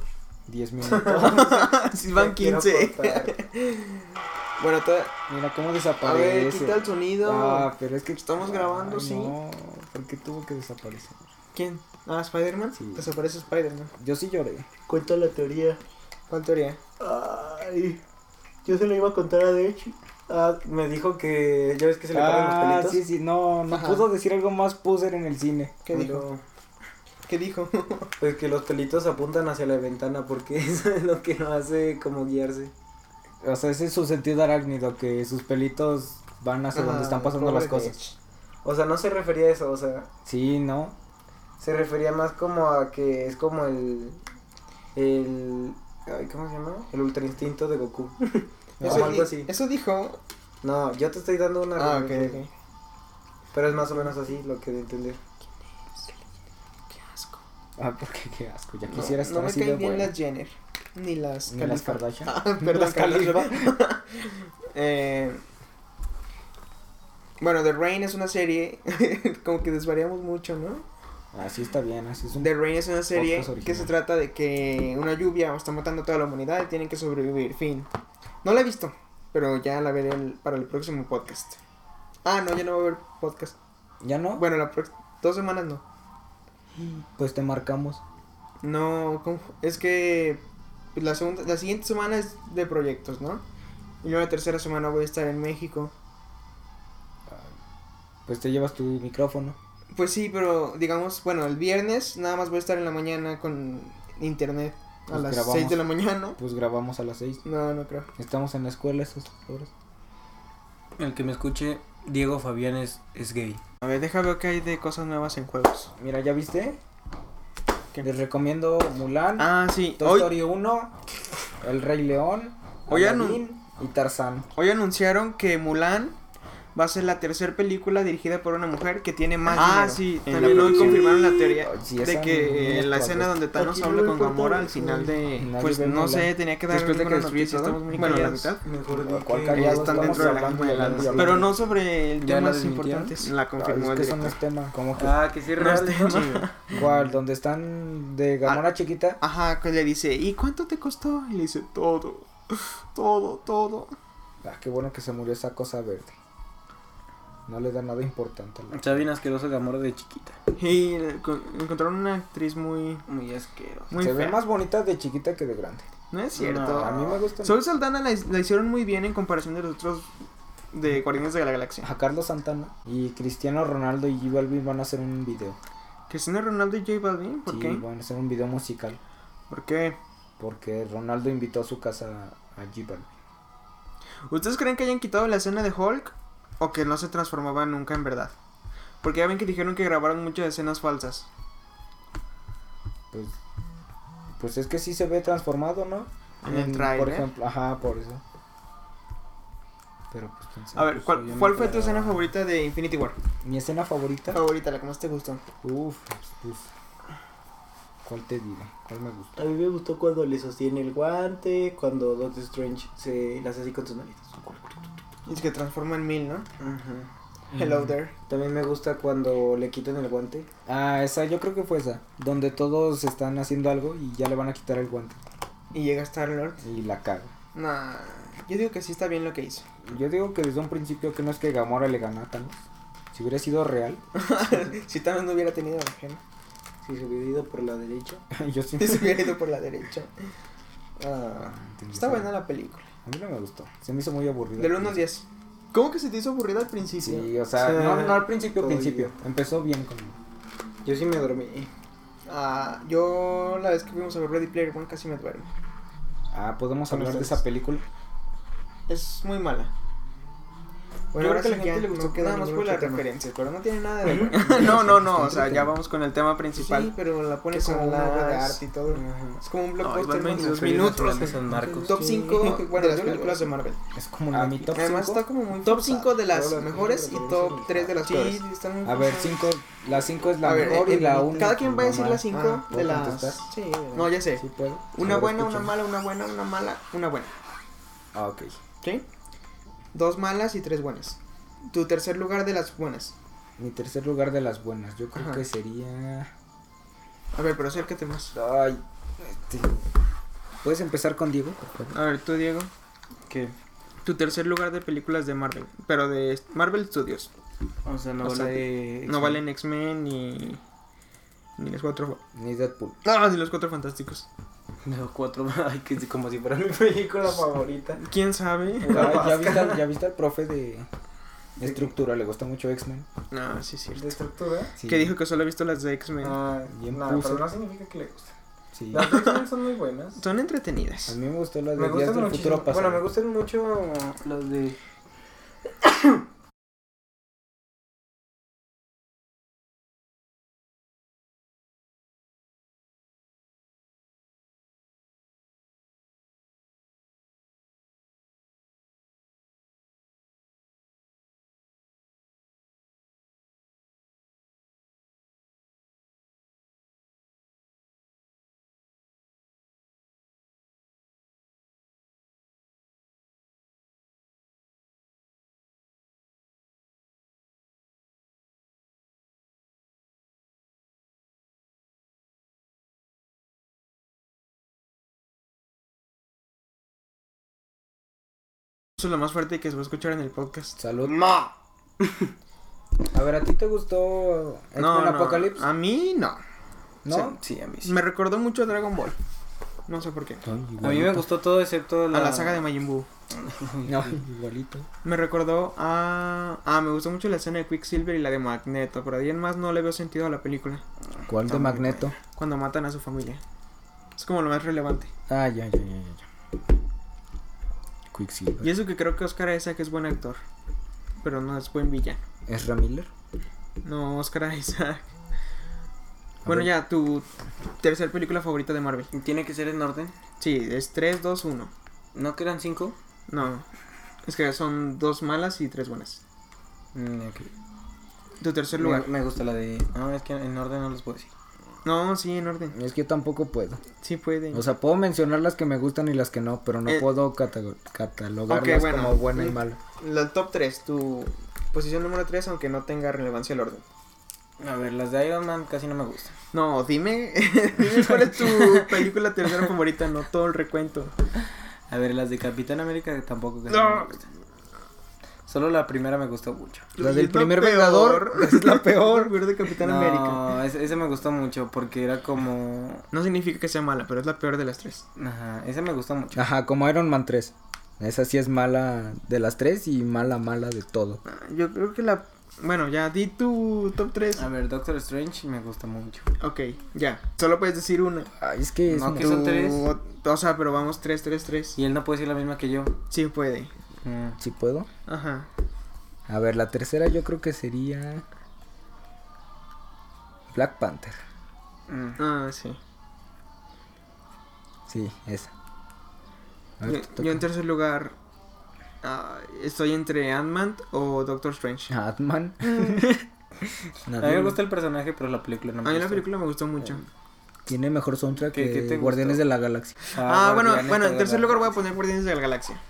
[SPEAKER 2] 10 minutos.
[SPEAKER 1] Si van
[SPEAKER 4] Ya quiero
[SPEAKER 1] 15.
[SPEAKER 4] cortar.
[SPEAKER 1] Bueno, toda-
[SPEAKER 2] Mira cómo
[SPEAKER 1] a ver,
[SPEAKER 2] desaparece.
[SPEAKER 1] quita el sonido.
[SPEAKER 2] Ah, pero es que
[SPEAKER 1] Estamos grabando, sí.
[SPEAKER 2] No, ¿por qué tuvo que desaparecer?
[SPEAKER 1] ¿Quién? Ah, Spider-Man.
[SPEAKER 2] Sí.
[SPEAKER 1] Desaparece Spider-Man.
[SPEAKER 2] Yo sí lloré.
[SPEAKER 4] Cuenta la teoría.
[SPEAKER 1] ¿Cuál teoría?
[SPEAKER 4] Ay, yo se lo iba a contar a Dechi. Ah, me dijo que ya ves que se le paran
[SPEAKER 2] Ah,
[SPEAKER 4] los pelitos.
[SPEAKER 2] sí, sí, no, no
[SPEAKER 1] Ajá.
[SPEAKER 2] pudo decir algo más puser en el cine.
[SPEAKER 1] ¿Qué
[SPEAKER 4] Pero,
[SPEAKER 1] dijo? ¿Qué dijo?
[SPEAKER 4] Pues que los pelitos apuntan hacia la ventana porque eso es lo que no hace como guiarse.
[SPEAKER 2] O sea, ese es su sentido arácnido, que sus pelitos van hacia donde están pasando
[SPEAKER 1] Ah, Pobre
[SPEAKER 2] las cosas.
[SPEAKER 1] Mitch.
[SPEAKER 4] O sea, no se refería a eso, o sea,
[SPEAKER 2] Sí, ¿no?
[SPEAKER 4] se refería más como a que es como el el ay, ¿cómo se llama? El ultra instinto de Goku.
[SPEAKER 2] No,
[SPEAKER 1] Eso,
[SPEAKER 4] Como algo
[SPEAKER 1] di-
[SPEAKER 4] así.
[SPEAKER 1] eso dijo.
[SPEAKER 2] Ah,
[SPEAKER 4] No, yo te estoy dando una
[SPEAKER 1] Ah, ok,
[SPEAKER 4] referencia,
[SPEAKER 1] ok.
[SPEAKER 4] pero es más o menos así lo que de entender.
[SPEAKER 1] Qué asco.
[SPEAKER 2] Ah, porque qué asco, ya
[SPEAKER 1] No,
[SPEAKER 2] quisiera
[SPEAKER 1] no
[SPEAKER 2] estar
[SPEAKER 1] me
[SPEAKER 2] así de
[SPEAKER 1] caen bien
[SPEAKER 2] bueno.
[SPEAKER 1] las Jenner. Ni las
[SPEAKER 2] Ni las
[SPEAKER 1] Khalifa.
[SPEAKER 2] Kardashian.
[SPEAKER 1] Ah, perdón,
[SPEAKER 2] Las
[SPEAKER 1] Khalifa.
[SPEAKER 2] Khalifa.
[SPEAKER 1] Eh, bueno, The Rain es una serie. como que desvariamos mucho, ¿no?
[SPEAKER 2] Así está bien, así es un...
[SPEAKER 1] The Rain es una serie
[SPEAKER 2] Podcast original.
[SPEAKER 1] que se trata de que una lluvia está matando a toda la humanidad y tienen que sobrevivir. Fin. No la he visto, pero ya la veré el- para el próximo podcast. Ah, no, ya no va a haber podcast.
[SPEAKER 2] ¿Ya no?
[SPEAKER 1] Bueno, la prox- dos semanas no.
[SPEAKER 2] Pues te marcamos.
[SPEAKER 1] No, ¿cómo fu- es que la segunda, la siguiente semana es de proyectos, ¿no? Y yo la tercera semana voy a estar en México.
[SPEAKER 2] Pues te llevas tu micrófono.
[SPEAKER 1] Pues sí, pero digamos, bueno, el viernes nada más voy a estar en la mañana con internet a
[SPEAKER 2] Pues
[SPEAKER 1] las
[SPEAKER 2] grabamos.
[SPEAKER 1] 6 de la mañana.
[SPEAKER 2] Pues grabamos a las 6.
[SPEAKER 1] No, no creo.
[SPEAKER 2] Estamos en la escuela esos horas.
[SPEAKER 3] El que me escuche, Diego Fabián es, es gay.
[SPEAKER 1] A ver, déjame ver qué hay de cosas nuevas en juegos.
[SPEAKER 2] Mira, ¿ya viste?
[SPEAKER 1] ¿Qué?
[SPEAKER 2] Les recomiendo Mulan,
[SPEAKER 1] Ah, sí.
[SPEAKER 2] Toy
[SPEAKER 1] Hoy,
[SPEAKER 2] Story 1, El Rey León,
[SPEAKER 1] Hoy anu-
[SPEAKER 2] Aladdin y Tarzán.
[SPEAKER 1] hoy anunciaron que Mulan va a ser la tercera película dirigida por una mujer que tiene más
[SPEAKER 4] Ah,
[SPEAKER 1] dinero.
[SPEAKER 4] sí,
[SPEAKER 1] En
[SPEAKER 4] también
[SPEAKER 1] la
[SPEAKER 4] hoy
[SPEAKER 1] producción.
[SPEAKER 4] confirmaron
[SPEAKER 1] la teoría
[SPEAKER 2] Sí,
[SPEAKER 1] de
[SPEAKER 2] esa
[SPEAKER 1] que
[SPEAKER 2] no es
[SPEAKER 1] la
[SPEAKER 2] la
[SPEAKER 1] escena
[SPEAKER 2] otra.
[SPEAKER 1] donde Thanos
[SPEAKER 4] Aquí
[SPEAKER 1] habla
[SPEAKER 4] no
[SPEAKER 1] con
[SPEAKER 4] importa
[SPEAKER 1] Gamora al
[SPEAKER 4] eso.
[SPEAKER 1] final de...
[SPEAKER 2] Nadie
[SPEAKER 1] pues
[SPEAKER 2] ve
[SPEAKER 1] no
[SPEAKER 2] Mulan.
[SPEAKER 1] sé, tenía que dar
[SPEAKER 2] Después de
[SPEAKER 1] alguna
[SPEAKER 2] que destruyó
[SPEAKER 1] noticia,
[SPEAKER 2] todo,
[SPEAKER 1] estamos muy
[SPEAKER 4] Bueno,
[SPEAKER 1] Bueno, la mitad.
[SPEAKER 4] Mejor di
[SPEAKER 2] ¿Cuál
[SPEAKER 4] que-
[SPEAKER 1] Eh,
[SPEAKER 2] callados
[SPEAKER 1] están dentro de la
[SPEAKER 2] hablando
[SPEAKER 1] misma de
[SPEAKER 2] de
[SPEAKER 1] las
[SPEAKER 2] la
[SPEAKER 1] dos. Pero
[SPEAKER 2] misma.
[SPEAKER 1] no sobre el
[SPEAKER 3] ¿Ya la
[SPEAKER 1] temas
[SPEAKER 3] desmintieron?
[SPEAKER 1] importantes. La
[SPEAKER 2] Ay,
[SPEAKER 1] confirmó
[SPEAKER 2] es
[SPEAKER 1] el
[SPEAKER 2] que son los
[SPEAKER 1] director.
[SPEAKER 2] temas. Como que,
[SPEAKER 3] Ah, que sí,
[SPEAKER 1] No
[SPEAKER 3] real.
[SPEAKER 1] está chido.
[SPEAKER 2] ¿Cuál? ¿Donde están de Gamora
[SPEAKER 1] Ah.
[SPEAKER 2] chiquita?
[SPEAKER 1] Ajá, que le dice, ¿y cuánto te costó? Y le dice, todo, todo, todo.
[SPEAKER 2] Ah, qué bueno que se murió esa cosa verde. No le da nada importante. a la-
[SPEAKER 3] Está bien asqueroso Gamora de chiquita.
[SPEAKER 1] Y encon- encontraron una actriz muy,
[SPEAKER 3] Muy asqueroso.
[SPEAKER 1] muy
[SPEAKER 2] se
[SPEAKER 1] fea.
[SPEAKER 2] ve más bonita de chiquita que de grande.
[SPEAKER 1] No es cierto.
[SPEAKER 2] A mí me gusta.
[SPEAKER 1] Sol Saldana la, his- la hicieron muy bien en comparación de los otros de Guardianes de la Galaxia.
[SPEAKER 2] A Carlos Santana y Cristiano Ronaldo y J Balvin van a hacer un video.
[SPEAKER 1] Cristiano Ronaldo y J Balvin, ¿por
[SPEAKER 2] sí,
[SPEAKER 1] qué?
[SPEAKER 2] van a hacer un video musical.
[SPEAKER 1] ¿Por qué?
[SPEAKER 2] Porque Ronaldo invitó a su casa Allí Balvin.
[SPEAKER 1] ¿Ustedes creen que hayan quitado la escena de Hulk o que no se transformaba nunca en verdad? Porque ya ven que dijeron que grabaron muchas escenas falsas.
[SPEAKER 2] Pues, pues es que sí se ve transformado, ¿no?
[SPEAKER 1] En el
[SPEAKER 2] Por
[SPEAKER 1] tráiler.
[SPEAKER 2] ejemplo, ajá, por eso. Pero pues pensé,
[SPEAKER 1] A ver,
[SPEAKER 2] pues,
[SPEAKER 1] ¿cuál,
[SPEAKER 2] yo no
[SPEAKER 1] cuál fue tu
[SPEAKER 2] esperaba.
[SPEAKER 1] escena favorita de Infinity War?
[SPEAKER 2] Mi escena favorita.
[SPEAKER 1] Favorita, la que más te gustó.
[SPEAKER 2] Uf, uf. ¿Cuál te digo? ¿Cuál me gustó?
[SPEAKER 4] A mí me gustó cuando le sostiene el guante, cuando Doctor Strange se las hace así con sus manitas.
[SPEAKER 1] Es que transforma en mil, ¿no?
[SPEAKER 4] Ajá.
[SPEAKER 2] Mm.
[SPEAKER 1] Hello there.
[SPEAKER 4] También me gusta cuando le quitan el guante.
[SPEAKER 2] Ah, esa, yo creo que fue esa. Donde todos están haciendo algo y ya le van a quitar el guante.
[SPEAKER 1] Y llega Star Lord.
[SPEAKER 2] Y la caga.
[SPEAKER 1] Nah, yo digo que sí está bien lo que hizo.
[SPEAKER 2] Yo digo que desde un principio que no es que Gamora le ganó a Thanos. Si hubiera sido real,
[SPEAKER 1] si Thanos no hubiera tenido la gema,
[SPEAKER 4] Si se hubiera ido por la derecha.
[SPEAKER 2] yo sí.
[SPEAKER 1] si se hubiera ido por la derecha. Ah,
[SPEAKER 2] Entendí
[SPEAKER 1] está
[SPEAKER 2] esa-
[SPEAKER 1] buena la película.
[SPEAKER 2] A mí no me gustó. Se me hizo muy aburrida.
[SPEAKER 1] Del 1 al 10. ¿Cómo que se te hizo aburrida al principio?
[SPEAKER 2] Sí, o sea,
[SPEAKER 4] Sí.
[SPEAKER 2] no, no al principio,
[SPEAKER 4] Todavía.
[SPEAKER 2] principio. Empezó bien con.
[SPEAKER 4] Yo sí me dormí.
[SPEAKER 1] Ah, yo la vez que fuimos a ver Ready Player One casi me duermo.
[SPEAKER 2] Ah, podemos
[SPEAKER 4] Con
[SPEAKER 2] hablar de
[SPEAKER 4] ustedes.
[SPEAKER 2] esa película.
[SPEAKER 1] Es muy mala. yo
[SPEAKER 4] Bueno,
[SPEAKER 1] creo que
[SPEAKER 4] ahora
[SPEAKER 1] a
[SPEAKER 4] sí
[SPEAKER 1] la
[SPEAKER 4] ya
[SPEAKER 1] gente le gustó
[SPEAKER 4] no
[SPEAKER 1] que
[SPEAKER 4] queda
[SPEAKER 1] nada más
[SPEAKER 4] ningún
[SPEAKER 1] fue la
[SPEAKER 4] otro tema.
[SPEAKER 1] referencia, pero no tiene nada de bueno. no, no, no, o sea, ya vamos con el tema principal.
[SPEAKER 4] Sí, pero la
[SPEAKER 1] Que
[SPEAKER 4] pone
[SPEAKER 1] son
[SPEAKER 4] como una obra de
[SPEAKER 1] las-
[SPEAKER 4] arte y todo.
[SPEAKER 2] Ajá.
[SPEAKER 1] Es como un
[SPEAKER 3] No,
[SPEAKER 1] blockbuster
[SPEAKER 3] igual
[SPEAKER 1] de 22
[SPEAKER 3] 22 minutos.
[SPEAKER 1] minutos.
[SPEAKER 3] en Narcos.
[SPEAKER 1] Top
[SPEAKER 4] Sí.
[SPEAKER 1] 5 bueno,
[SPEAKER 4] Yo
[SPEAKER 1] de las
[SPEAKER 4] lo-
[SPEAKER 1] películas de Marvel.
[SPEAKER 2] Es como
[SPEAKER 4] Ah,
[SPEAKER 2] la mi top
[SPEAKER 1] Además
[SPEAKER 2] 5.
[SPEAKER 1] está como muy
[SPEAKER 4] Top
[SPEAKER 1] top 5
[SPEAKER 4] cinco
[SPEAKER 1] de las mejores y top 3 de las
[SPEAKER 4] peores.
[SPEAKER 1] están muy
[SPEAKER 2] A ver,
[SPEAKER 1] forzadas.
[SPEAKER 2] 5. La 5 es la
[SPEAKER 1] A ver,
[SPEAKER 2] mejor
[SPEAKER 1] eh,
[SPEAKER 2] y la
[SPEAKER 1] eh,
[SPEAKER 2] 1.
[SPEAKER 1] Cada quien va a decir las 5
[SPEAKER 4] Ah,
[SPEAKER 1] de
[SPEAKER 2] ¿puedo
[SPEAKER 1] las.
[SPEAKER 2] contestar?
[SPEAKER 4] Sí,
[SPEAKER 1] No, ya sé.
[SPEAKER 2] Sí, puedo.
[SPEAKER 1] Una
[SPEAKER 2] Ahora
[SPEAKER 1] buena, una
[SPEAKER 2] escuchamos.
[SPEAKER 1] mala, una buena, una mala, una buena.
[SPEAKER 2] Ah, ok.
[SPEAKER 1] ¿Sí? Dos malas y tres buenas. Tu tercer lugar de las buenas.
[SPEAKER 2] Mi tercer lugar de las buenas. Yo creo
[SPEAKER 1] Ajá.
[SPEAKER 2] que sería.
[SPEAKER 1] A ver, pero acércate más.
[SPEAKER 2] Ay. este, ¿Puedes empezar con Diego? por favor?
[SPEAKER 1] A ver, tú, Diego.
[SPEAKER 3] ¿Qué?
[SPEAKER 1] Tu tercer lugar de películas de Marvel. Pero de Marvel Studios.
[SPEAKER 3] O sea, no
[SPEAKER 1] O
[SPEAKER 3] vale.
[SPEAKER 1] sea,
[SPEAKER 3] de-
[SPEAKER 1] No valen X-Men ni. Ni los cuatro.
[SPEAKER 2] Ni Deadpool.
[SPEAKER 1] No, ni los cuatro fantásticos.
[SPEAKER 3] No, cuatro. Ay, que sí, como si fuera
[SPEAKER 4] Mi película favorita.
[SPEAKER 1] ¿Quién sabe?
[SPEAKER 2] Ay, ¿Ya viste, al- ya viste al profe de estructura? Le gusta mucho X-Men.
[SPEAKER 1] No, sí es
[SPEAKER 4] De
[SPEAKER 1] cierto.
[SPEAKER 4] estructura.
[SPEAKER 2] Sí.
[SPEAKER 1] Que dijo que solo ha visto las de X-Men.
[SPEAKER 4] Ah,
[SPEAKER 2] Bien
[SPEAKER 4] no,
[SPEAKER 2] puso.
[SPEAKER 4] pero no significa que le guste.
[SPEAKER 2] Sí.
[SPEAKER 4] Las X-Men son muy buenas.
[SPEAKER 1] Son
[SPEAKER 2] A
[SPEAKER 1] entretenidas.
[SPEAKER 2] mí me gustó la de
[SPEAKER 4] Me
[SPEAKER 2] Días
[SPEAKER 4] gustan
[SPEAKER 2] del
[SPEAKER 4] muchísimo.
[SPEAKER 2] Futuro Pasado.
[SPEAKER 4] Bueno, me gustan mucho
[SPEAKER 3] los de.
[SPEAKER 1] Eso es lo más fuerte que se va a escuchar en el podcast.
[SPEAKER 2] Salud. A ver, ¿a ti te gustó X-Men
[SPEAKER 1] No, Ah, no,
[SPEAKER 2] Apocalypse?
[SPEAKER 1] a mí no.
[SPEAKER 2] ¿No?
[SPEAKER 3] Sí, a mí sí.
[SPEAKER 1] Me recordó mucho a Dragon Ball. No sé por qué.
[SPEAKER 3] A mí me gustó todo excepto la.
[SPEAKER 2] Ah.
[SPEAKER 1] A la saga de Majin Buu.
[SPEAKER 2] No, igualito.
[SPEAKER 1] Me recordó a... Ah, me gustó mucho la escena de Quicksilver y la de Magneto. Pero ahí en más no le veo sentido a la película.
[SPEAKER 2] ¿Cuál de
[SPEAKER 1] Ah,
[SPEAKER 2] Magneto?
[SPEAKER 1] Cuando matan a su familia. Es como lo más relevante.
[SPEAKER 2] Ah, ya, ya, ya, ya. ya.
[SPEAKER 1] Y
[SPEAKER 2] Quicksilver.
[SPEAKER 1] eso que creo que Oscar Isaac es buen actor. Pero no es buen villano.
[SPEAKER 2] ¿Ezra Miller?
[SPEAKER 1] No, Oscar Isaac.
[SPEAKER 2] A
[SPEAKER 1] Bueno,
[SPEAKER 2] ver.
[SPEAKER 1] ya, tu tercer película favorita de Marvel.
[SPEAKER 3] ¿Tiene que ser en orden?
[SPEAKER 1] Sí, es 3, 2, 1.
[SPEAKER 3] ¿No quedan cinco?
[SPEAKER 1] No. Es que son dos malas y tres buenas.
[SPEAKER 3] Mm, ok.
[SPEAKER 1] Tu tercer
[SPEAKER 3] me,
[SPEAKER 1] lugar.
[SPEAKER 3] me gusta la de. No, es que en orden no los puedo decir.
[SPEAKER 1] No, sí, en orden.
[SPEAKER 2] Es que yo tampoco puedo.
[SPEAKER 1] Sí puede.
[SPEAKER 2] O sea, puedo mencionar las que me gustan y las que no, pero no
[SPEAKER 1] Eh.
[SPEAKER 2] puedo catalog- catalogarlas
[SPEAKER 1] Ok, bueno.
[SPEAKER 2] como buena y
[SPEAKER 1] Mm.
[SPEAKER 2] mala.
[SPEAKER 1] La top 3, tu posición número 3, aunque no tenga relevancia el orden.
[SPEAKER 3] A ver, las de Iron Man casi no me gustan.
[SPEAKER 1] No, dime, dime cuál es tu película tercera favorita, no todo el recuento.
[SPEAKER 3] A ver, las de Capitán América tampoco casi
[SPEAKER 1] No.
[SPEAKER 3] no me gustan. Solo la primera me gustó mucho.
[SPEAKER 2] La
[SPEAKER 1] Y
[SPEAKER 2] del
[SPEAKER 1] es
[SPEAKER 2] primer
[SPEAKER 1] peor.
[SPEAKER 2] Vengador es la peor.
[SPEAKER 1] peor de Capitán
[SPEAKER 3] no,
[SPEAKER 1] América.
[SPEAKER 3] ese, ese me gustó mucho porque era como.
[SPEAKER 1] No significa que sea mala, pero es la peor de las tres.
[SPEAKER 3] Ajá, ese me gustó mucho.
[SPEAKER 2] Ajá, como Iron Man 3. Esa sí es mala de las tres y mala, mala de todo.
[SPEAKER 1] Ah, Yo creo que la Bueno, ya di tu top 3.
[SPEAKER 3] A ver, Doctor Strange me gusta mucho.
[SPEAKER 1] Ok, ya. Solo puedes decir una.
[SPEAKER 2] Ay, es que es
[SPEAKER 3] No,
[SPEAKER 2] muy-
[SPEAKER 3] que son tres.
[SPEAKER 1] O, o sea, pero vamos 3, 3, 3.
[SPEAKER 3] Y él no puede decir la misma que yo.
[SPEAKER 1] Sí puede.
[SPEAKER 3] Mm.
[SPEAKER 2] Si puedo.
[SPEAKER 1] Ajá.
[SPEAKER 2] A ver, la tercera yo creo que sería. Black Panther.
[SPEAKER 3] Mm.
[SPEAKER 1] Ah, sí.
[SPEAKER 2] Sí, esa. A
[SPEAKER 1] Yo,
[SPEAKER 2] ver, te
[SPEAKER 1] yo
[SPEAKER 2] toca.
[SPEAKER 1] en tercer lugar ah, estoy entre Ant-Man o Doctor
[SPEAKER 2] Ah,
[SPEAKER 1] Strange.
[SPEAKER 2] Ant-Man.
[SPEAKER 3] A
[SPEAKER 2] No,
[SPEAKER 3] mí me gusta el personaje, pero la película no me
[SPEAKER 1] A mí la
[SPEAKER 3] gusta.
[SPEAKER 1] película me gustó mucho.
[SPEAKER 2] Tiene mejor soundtrack
[SPEAKER 3] ¿Qué- qué
[SPEAKER 2] que
[SPEAKER 3] te
[SPEAKER 2] Guardianes de
[SPEAKER 3] gustó?
[SPEAKER 2] la Galaxia.
[SPEAKER 1] Ah, bueno,
[SPEAKER 3] Guardianes
[SPEAKER 1] bueno,
[SPEAKER 3] de
[SPEAKER 1] en
[SPEAKER 3] la
[SPEAKER 1] tercer lugar voy a
[SPEAKER 3] Galaxia.
[SPEAKER 1] poner Guardianes de la Galaxia.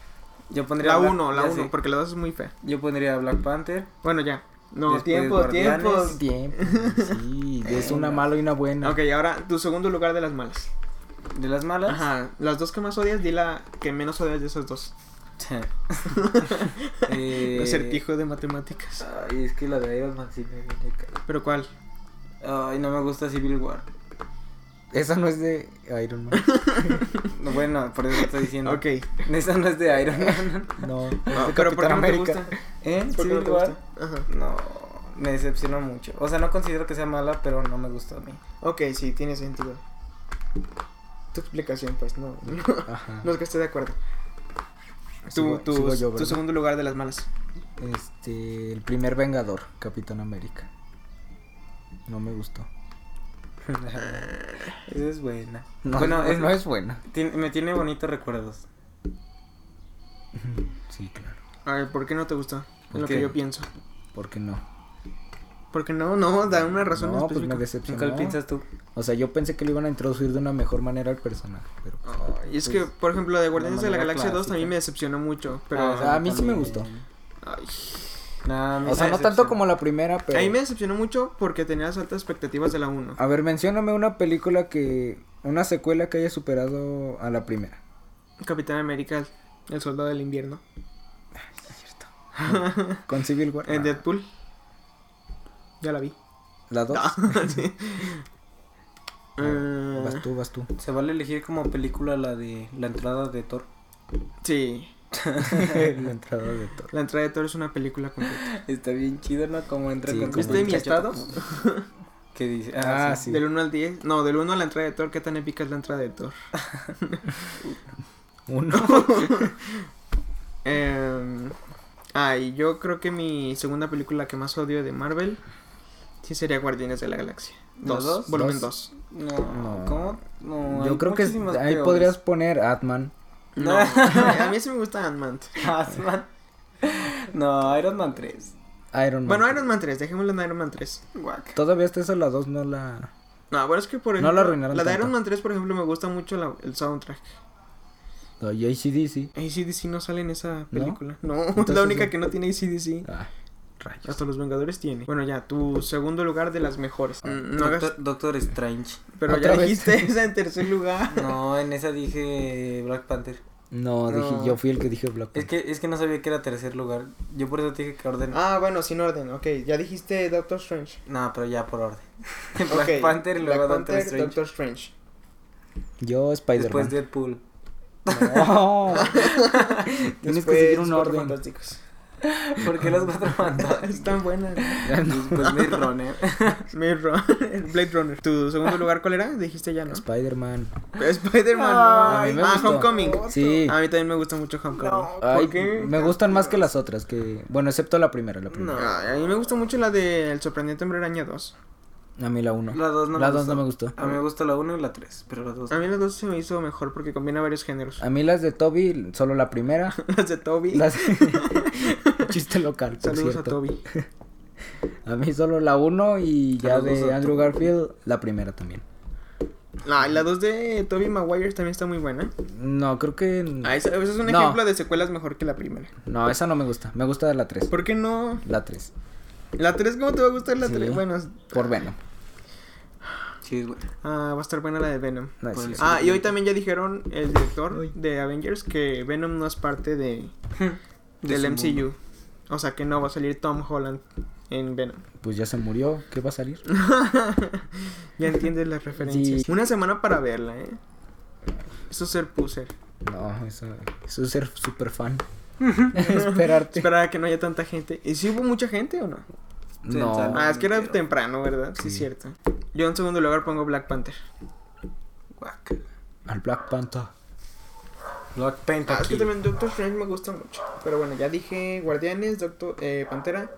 [SPEAKER 3] Yo pondría
[SPEAKER 1] La
[SPEAKER 3] Black-
[SPEAKER 1] 1, la
[SPEAKER 3] ya
[SPEAKER 1] 1,
[SPEAKER 3] sé.
[SPEAKER 1] porque la 2 es muy fea.
[SPEAKER 3] Yo pondría Black Panther.
[SPEAKER 1] Bueno, ya. No,
[SPEAKER 3] Después
[SPEAKER 1] tiempo,
[SPEAKER 3] Guardianes.
[SPEAKER 1] tiempo.
[SPEAKER 2] Tiempo. Sí, es una
[SPEAKER 3] Venga.
[SPEAKER 2] mala y una buena.
[SPEAKER 1] Ok, ahora tu segundo lugar de las malas.
[SPEAKER 3] De las malas.
[SPEAKER 1] Ajá, las dos que más odias, di la que menos odias de esas dos.
[SPEAKER 3] eh,
[SPEAKER 1] Acertijo de matemáticas.
[SPEAKER 3] Ay, es que la de Iron Man sí me viene cara.
[SPEAKER 1] ¿Pero cuál?
[SPEAKER 3] Ay, no me gusta Civil War.
[SPEAKER 2] Esa no es de Iron Man.
[SPEAKER 3] No, Bueno, por eso te estoy diciendo.
[SPEAKER 1] Ok.
[SPEAKER 3] Esa no es de Iron Man.
[SPEAKER 2] No.
[SPEAKER 1] Ah,
[SPEAKER 2] es de
[SPEAKER 1] pero ¿por qué
[SPEAKER 2] Capitán
[SPEAKER 1] no te
[SPEAKER 2] América.
[SPEAKER 1] gusta?
[SPEAKER 3] ¿Eh?
[SPEAKER 1] ¿Por qué no
[SPEAKER 3] Civil
[SPEAKER 1] te
[SPEAKER 3] War.
[SPEAKER 1] gusta? Ajá.
[SPEAKER 3] No, me decepcionó mucho. O sea, no considero que sea mala, pero no me gusta a mí.
[SPEAKER 1] Ok, sí, tiene sentido. Tu explicación, pues, no. No,
[SPEAKER 2] Ajá.
[SPEAKER 1] no es que esté de acuerdo.
[SPEAKER 2] Sigo-
[SPEAKER 1] Tu, tu-
[SPEAKER 2] sigo yo,
[SPEAKER 1] tu
[SPEAKER 2] ¿verdad?
[SPEAKER 1] segundo lugar de las malas.
[SPEAKER 2] Este, el primer Vengador, Capitán América. No me gustó.
[SPEAKER 3] Esa es buena.
[SPEAKER 2] No,
[SPEAKER 3] bueno,
[SPEAKER 2] no,
[SPEAKER 3] es-
[SPEAKER 2] no es buena.
[SPEAKER 3] Tien- me tiene bonitos recuerdos.
[SPEAKER 2] Sí, claro.
[SPEAKER 1] A ver, ¿por qué no te gustó? Es
[SPEAKER 2] ¿Por
[SPEAKER 1] lo
[SPEAKER 2] qué?
[SPEAKER 1] que yo pienso.
[SPEAKER 2] ¿Por qué no?
[SPEAKER 1] Porque no, no, da una razón
[SPEAKER 2] no, pues
[SPEAKER 1] específica.
[SPEAKER 2] me
[SPEAKER 3] ¿En
[SPEAKER 2] decepcionó.
[SPEAKER 3] cuál piensas tú?
[SPEAKER 2] O sea, yo pensé que lo iban a introducir de una mejor manera al personaje, pero pues,
[SPEAKER 1] Ay, es que, por ejemplo, de Guardianes de la
[SPEAKER 3] manera
[SPEAKER 1] Galaxia 2 también
[SPEAKER 3] clásica.
[SPEAKER 1] me decepcionó mucho. Pero.
[SPEAKER 3] Ah, esa
[SPEAKER 2] a mí sí me
[SPEAKER 3] también.
[SPEAKER 2] gustó.
[SPEAKER 1] Ay,
[SPEAKER 3] Nah, a mí
[SPEAKER 2] o sea,
[SPEAKER 3] me
[SPEAKER 2] no tanto
[SPEAKER 3] decepcionó.
[SPEAKER 2] como la primera, pero
[SPEAKER 1] A mí me decepcionó mucho porque tenía las altas expectativas de la 1.
[SPEAKER 2] A ver, mencióname una película que una secuela que haya superado a la primera.
[SPEAKER 1] Capitán América, el soldado del invierno.
[SPEAKER 2] Con Civil War.
[SPEAKER 1] En Eh, Deadpool. Ya la vi. Ah,
[SPEAKER 2] Ah, La dos.
[SPEAKER 3] Ah.
[SPEAKER 1] Sí. Eh,
[SPEAKER 2] Vas tú, vas tú.
[SPEAKER 3] ¿Se vale elegir como película la de la entrada de Thor?
[SPEAKER 1] sí,
[SPEAKER 2] la entrada de Thor.
[SPEAKER 1] la entrada de Thor es una película completa.
[SPEAKER 3] Está bien chido, ¿no? Como entra
[SPEAKER 2] Sí,
[SPEAKER 3] con
[SPEAKER 2] como
[SPEAKER 3] su
[SPEAKER 1] ¿Viste mi
[SPEAKER 3] muchacho.
[SPEAKER 1] estado?
[SPEAKER 3] ¿Qué dice?
[SPEAKER 2] Ah,
[SPEAKER 3] Ah,
[SPEAKER 2] sí.
[SPEAKER 3] sí.
[SPEAKER 1] Del 1 al 10. No, del 1 a la entrada de Thor. ¿Qué tan épica es la entrada de Thor?
[SPEAKER 2] Uno.
[SPEAKER 1] Eh, ah, y yo creo que mi segunda película que más odio de Marvel sí sería Guardianes de la Galaxia. Dos,
[SPEAKER 3] ¿Los dos?
[SPEAKER 1] volumen
[SPEAKER 2] Dos.
[SPEAKER 1] 2.
[SPEAKER 3] No,
[SPEAKER 2] No.
[SPEAKER 3] ¿cómo? No, hay
[SPEAKER 2] Yo creo que
[SPEAKER 3] muchísimas
[SPEAKER 2] ahí
[SPEAKER 3] peores.
[SPEAKER 2] podrías poner Atman.
[SPEAKER 1] No, a mí sí me gusta Ant-Man.
[SPEAKER 3] Iron Man. No, Iron Man 3.
[SPEAKER 2] Iron Man.
[SPEAKER 1] Bueno, Iron Man 3, dejémoslo en Iron Man 3.
[SPEAKER 3] Guac.
[SPEAKER 2] Todavía está esa la dos, no la.
[SPEAKER 1] No, bueno, es que por
[SPEAKER 2] No
[SPEAKER 1] ejemplo,
[SPEAKER 2] la arruinaron
[SPEAKER 1] de
[SPEAKER 2] tanto.
[SPEAKER 1] Iron Man 3, por ejemplo, me gusta mucho la- el soundtrack.
[SPEAKER 2] No, y ACDC.
[SPEAKER 1] ACDC no sale en esa
[SPEAKER 2] ¿No?
[SPEAKER 1] película. No, es
[SPEAKER 2] Entonces,
[SPEAKER 1] la única
[SPEAKER 2] no.
[SPEAKER 1] que no tiene ACDC.
[SPEAKER 2] Ah, rayos.
[SPEAKER 1] Hasta los Vengadores tiene. Bueno, ya, tu segundo lugar de las mejores. Mm, No hagas.
[SPEAKER 3] Doctor, Doctor Strange.
[SPEAKER 1] Pero ya
[SPEAKER 2] otra vez.
[SPEAKER 1] dijiste esa en tercer lugar.
[SPEAKER 3] No, en esa dije Black Panther.
[SPEAKER 2] No,
[SPEAKER 1] No.
[SPEAKER 2] Dije, yo fui el que dije Black
[SPEAKER 3] Es
[SPEAKER 2] Panther.
[SPEAKER 3] que, es que no sabía que era tercer lugar. Yo por eso te dije que orden.
[SPEAKER 1] Ah, bueno, sin orden. Ok, ya dijiste Doctor Strange.
[SPEAKER 3] No, pero ya por orden. Black
[SPEAKER 1] Ok,
[SPEAKER 3] Panther y
[SPEAKER 1] Black
[SPEAKER 3] luego Doctor
[SPEAKER 1] Panther,
[SPEAKER 3] Strange.
[SPEAKER 1] Doctor Strange.
[SPEAKER 2] Yo
[SPEAKER 3] Después
[SPEAKER 2] Spider-Man.
[SPEAKER 3] Deadpool.
[SPEAKER 2] No. Tienes que
[SPEAKER 1] Después,
[SPEAKER 2] seguir un
[SPEAKER 1] Los Cuatro
[SPEAKER 2] orden.
[SPEAKER 1] Fantásticos.
[SPEAKER 3] ¿Por qué los cuatro fantásticos?
[SPEAKER 1] Están buenas.
[SPEAKER 3] Después Blade Runner.
[SPEAKER 1] Maze Runner, Blade Runner. ¿Tu segundo lugar cuál era? Dijiste ya, ¿no?
[SPEAKER 2] Spider-Man.
[SPEAKER 1] Spider-Man.
[SPEAKER 2] Ah, a mí
[SPEAKER 1] no.
[SPEAKER 2] me
[SPEAKER 1] ah,
[SPEAKER 2] gustó.
[SPEAKER 1] Homecoming.
[SPEAKER 2] Sí.
[SPEAKER 1] A mí también me gusta mucho Homecoming.
[SPEAKER 2] Ay,
[SPEAKER 1] ¿Por qué?
[SPEAKER 2] Me gustan más que las otras, que bueno, excepto la primera, la
[SPEAKER 1] No,
[SPEAKER 2] primera.
[SPEAKER 1] a mí me gusta mucho la de El sorprendente hombre araña 2.
[SPEAKER 2] A mí la uno.
[SPEAKER 3] La dos no
[SPEAKER 2] la
[SPEAKER 3] me
[SPEAKER 2] dos no
[SPEAKER 3] gustó.
[SPEAKER 2] me gustó.
[SPEAKER 3] A mí me gusta la 1 y la 3, pero la 2.
[SPEAKER 1] A mí la 2 se me hizo mejor porque combina varios géneros.
[SPEAKER 2] A mí las de Toby, solo la primera.
[SPEAKER 1] Las de Toby.
[SPEAKER 2] Las- Chiste local, por
[SPEAKER 1] Saludos
[SPEAKER 2] cierto.
[SPEAKER 1] a Toby.
[SPEAKER 2] A mí solo la uno y ya
[SPEAKER 3] Saludos
[SPEAKER 2] de
[SPEAKER 3] a
[SPEAKER 2] Andrew Garfield, la primera también.
[SPEAKER 1] Ah, y la 2 de Toby Maguire también está muy buena.
[SPEAKER 2] No, creo que.
[SPEAKER 1] Ah, esa, ese es un
[SPEAKER 2] No.
[SPEAKER 1] ejemplo de secuelas mejor que la primera.
[SPEAKER 2] No, esa no me gusta. Me gusta la tres.
[SPEAKER 1] ¿Por qué no?
[SPEAKER 2] La tres.
[SPEAKER 1] ¿La 3 cómo te va a gustar la
[SPEAKER 2] Sí.
[SPEAKER 1] 3? Bueno, es-
[SPEAKER 2] Por Venom.
[SPEAKER 3] Sí, es buena.
[SPEAKER 1] ah, va a estar buena la de Venom.
[SPEAKER 2] No, es
[SPEAKER 3] Por el-
[SPEAKER 2] cierto.
[SPEAKER 1] Ah, y hoy también ya dijeron el director de Avengers que Venom no es parte de,
[SPEAKER 3] De
[SPEAKER 1] del
[SPEAKER 3] su
[SPEAKER 1] MCU. O sea que no va a salir Tom Holland en Venom.
[SPEAKER 2] Pues ya se murió. ¿Qué va a salir?
[SPEAKER 1] Ya entiendes las referencias.
[SPEAKER 2] Sí.
[SPEAKER 1] Una semana para verla, ¿eh? Eso es ser puser.
[SPEAKER 2] No, eso, eso es ser super fan. Esperarte.
[SPEAKER 1] Esperar a que no haya tanta gente. ¿Y si hubo mucha gente o no?
[SPEAKER 2] No.
[SPEAKER 3] Sensato.
[SPEAKER 1] Ah, es que era
[SPEAKER 3] Pero-
[SPEAKER 1] temprano, ¿verdad? Sí,
[SPEAKER 2] Sí.
[SPEAKER 1] cierto. Yo en segundo lugar pongo Black Panther.
[SPEAKER 3] Guac.
[SPEAKER 2] Al Black Panther.
[SPEAKER 3] Black Panther
[SPEAKER 1] Ah, es que
[SPEAKER 3] Kid.
[SPEAKER 1] también Doctor Strange me gusta mucho. Pero bueno, ya dije Guardianes, Doctor eh, Pantera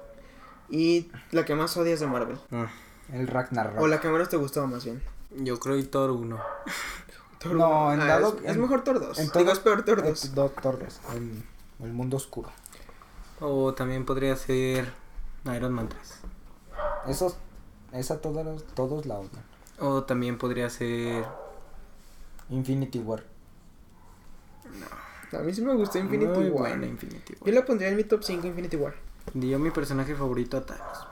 [SPEAKER 1] y la que más odias de Marvel.
[SPEAKER 3] Ah,
[SPEAKER 2] El Ragnarok.
[SPEAKER 1] O la que menos te gustaba más bien.
[SPEAKER 3] Yo creo que Thor 1.
[SPEAKER 1] Thor
[SPEAKER 2] No,
[SPEAKER 1] uno.
[SPEAKER 2] en
[SPEAKER 1] Ah,
[SPEAKER 2] dado-
[SPEAKER 1] es,
[SPEAKER 2] en-
[SPEAKER 1] es mejor Thor 2.
[SPEAKER 2] en
[SPEAKER 1] Digo,
[SPEAKER 2] todo-
[SPEAKER 1] es peor Thor
[SPEAKER 2] El
[SPEAKER 1] 2.
[SPEAKER 2] Doctor Dos, el, el mundo oscuro.
[SPEAKER 3] O también podría ser Iron Man 3.
[SPEAKER 2] Esos, esa todos, todos la odian.
[SPEAKER 3] O también podría ser...
[SPEAKER 2] Infinity War.
[SPEAKER 1] A mí sí me gustó Infinity
[SPEAKER 3] muy
[SPEAKER 1] War.
[SPEAKER 3] buena Infinity War.
[SPEAKER 1] Yo la pondría en mi top 5 Infinity War.
[SPEAKER 3] Yo mi personaje favorito a Thanos.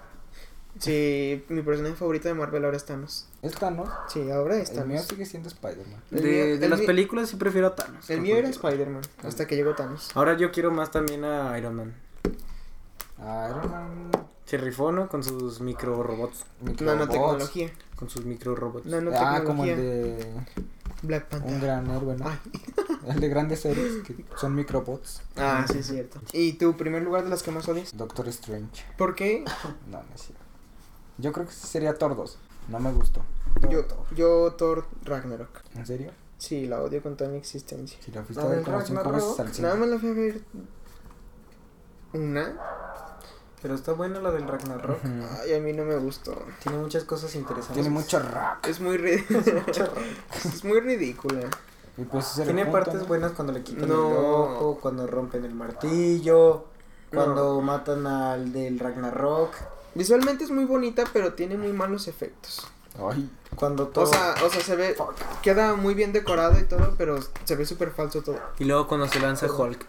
[SPEAKER 1] Sí, mi personaje favorito de Marvel ahora es Thanos.
[SPEAKER 2] Esta no.
[SPEAKER 1] Sí, ahora es
[SPEAKER 2] El mío
[SPEAKER 1] Thanos.
[SPEAKER 2] sigue siendo Spider-Man.
[SPEAKER 1] El
[SPEAKER 3] De,
[SPEAKER 1] mío-
[SPEAKER 3] de
[SPEAKER 1] el
[SPEAKER 3] las
[SPEAKER 1] mío-
[SPEAKER 3] películas sí prefiero a Thanos.
[SPEAKER 1] El
[SPEAKER 3] por
[SPEAKER 1] mío era
[SPEAKER 3] cualquier-
[SPEAKER 1] Spider-Man, hasta que llegó Thanos.
[SPEAKER 3] Ahora yo quiero más también a Iron Man.
[SPEAKER 2] Iron Man.
[SPEAKER 3] Se rifó, ¿no? Con sus micro robots.
[SPEAKER 2] Nanobots.
[SPEAKER 1] Nanotecnología.
[SPEAKER 3] Con sus micro robots.
[SPEAKER 1] Nanotecnología.
[SPEAKER 2] Ah, como el de
[SPEAKER 1] Black Panther.
[SPEAKER 2] un gran héroe, ¿no?
[SPEAKER 1] Ay.
[SPEAKER 2] El de grandes héroes que son microbots.
[SPEAKER 1] Ah, sí, es cierto. ¿Y tu primer lugar de las que más odias?
[SPEAKER 2] Doctor Strange.
[SPEAKER 1] ¿Por qué?
[SPEAKER 2] No, no es cierto. Yo creo que sería Thor 2. No me gustó.
[SPEAKER 1] Yo, yo Thor Ragnarok.
[SPEAKER 2] ¿En serio?
[SPEAKER 1] Sí, la odio con toda mi existencia.
[SPEAKER 2] Si la fuiste
[SPEAKER 4] La
[SPEAKER 2] a ver
[SPEAKER 4] del
[SPEAKER 2] como cinco
[SPEAKER 4] Ragnarok,
[SPEAKER 2] veces al cine.
[SPEAKER 1] Nada más la fui a ver una.
[SPEAKER 4] Pero está buena la del Ragnarok.
[SPEAKER 2] Ujú.
[SPEAKER 1] Ay, a mí no me gustó.
[SPEAKER 4] Tiene muchas cosas interesantes.
[SPEAKER 2] Tiene mucho rock.
[SPEAKER 1] Es muy, ri- es muy ridícula.
[SPEAKER 2] Y pues ese era el
[SPEAKER 4] Tiene
[SPEAKER 2] punto,
[SPEAKER 4] partes
[SPEAKER 2] ¿no?
[SPEAKER 4] buenas cuando le quitan
[SPEAKER 1] No.
[SPEAKER 4] el ojo, cuando rompen el martillo, cuando matan al del Ragnarok,
[SPEAKER 1] Visualmente es muy bonita, pero tiene muy malos efectos.
[SPEAKER 2] Ay,
[SPEAKER 4] cuando todo.
[SPEAKER 1] O sea, o sea, se ve. Queda muy bien decorado y todo, pero se ve súper falso todo.
[SPEAKER 3] Y luego cuando se lanza Hulk.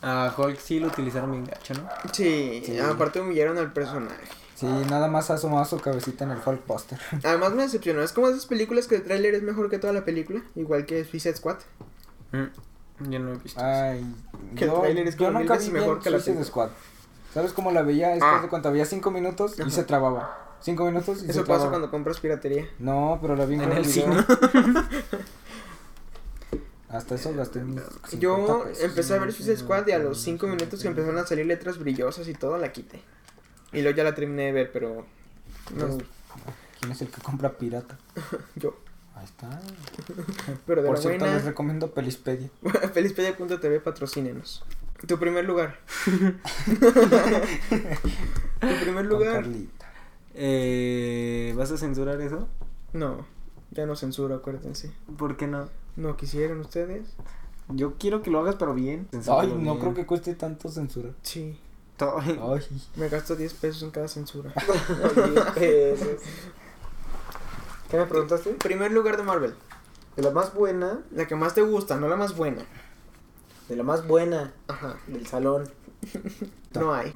[SPEAKER 3] A Hulk sí lo utilizaron bien gacho, ¿no?
[SPEAKER 1] Sí, aparte humillaron al personaje.
[SPEAKER 2] sí, nada más asomaba su cabecita en el Hulk poster.
[SPEAKER 1] Además me decepcionó. Es como esas películas que el tráiler es mejor que toda la película, igual que Suicide Squad.
[SPEAKER 3] Mm, Yo no he visto.
[SPEAKER 1] Ah.
[SPEAKER 2] Ay,
[SPEAKER 1] Que el
[SPEAKER 2] yo,
[SPEAKER 1] tráiler es
[SPEAKER 2] yo
[SPEAKER 1] como mil
[SPEAKER 2] nunca vi
[SPEAKER 1] veces
[SPEAKER 2] bien
[SPEAKER 1] mejor que la
[SPEAKER 2] Suicide
[SPEAKER 1] película.
[SPEAKER 2] Squad. ¿Sabes cómo la veía? Es que
[SPEAKER 1] Ah.
[SPEAKER 2] haz de cuenta, veía cinco minutos y se trababa. Cinco minutos y se
[SPEAKER 1] Eso
[SPEAKER 2] trababa.
[SPEAKER 1] pasa cuando compras piratería.
[SPEAKER 2] No, pero la vi en,
[SPEAKER 3] En
[SPEAKER 2] un
[SPEAKER 3] el
[SPEAKER 2] video.
[SPEAKER 3] cine.
[SPEAKER 2] Hasta eso gasté mis 50
[SPEAKER 1] Yo
[SPEAKER 2] pesos.
[SPEAKER 1] empecé a ver Suicide Squad y a los 5 minutos que empezaron a salir letras brillosas y todo la quité. Y luego ya la terminé de ver, pero no,
[SPEAKER 2] Pues, ¿Quién es el que compra pirata?
[SPEAKER 1] yo.
[SPEAKER 2] Ahí está.
[SPEAKER 1] Pero de
[SPEAKER 2] Por
[SPEAKER 1] la
[SPEAKER 2] cierto, les
[SPEAKER 1] buena,
[SPEAKER 2] recomiendo Pelispedia.
[SPEAKER 1] felizpedia.tv patrocínenos. Tu primer lugar. tu primer
[SPEAKER 2] con
[SPEAKER 1] lugar.
[SPEAKER 2] Carlita.
[SPEAKER 3] Eh, ¿Vas a censurar eso?
[SPEAKER 1] No, ya no censuro, acuérdense.
[SPEAKER 3] ¿Por qué no?
[SPEAKER 1] No quisieron ustedes.
[SPEAKER 3] Yo quiero que lo hagas, pero bien.
[SPEAKER 2] Ay, no creo que cueste tanto censura.
[SPEAKER 1] Sí, Oh.
[SPEAKER 3] que.
[SPEAKER 2] Ay,
[SPEAKER 1] me gasto 10 pesos en cada censura.
[SPEAKER 4] pues, ¿Qué me preguntaste?
[SPEAKER 1] Primer lugar de Marvel.
[SPEAKER 4] De la más buena,
[SPEAKER 1] La que más te gusta, no la más buena.
[SPEAKER 4] de la más buena
[SPEAKER 1] Ajá.
[SPEAKER 4] del salón. Ah,
[SPEAKER 1] No hay.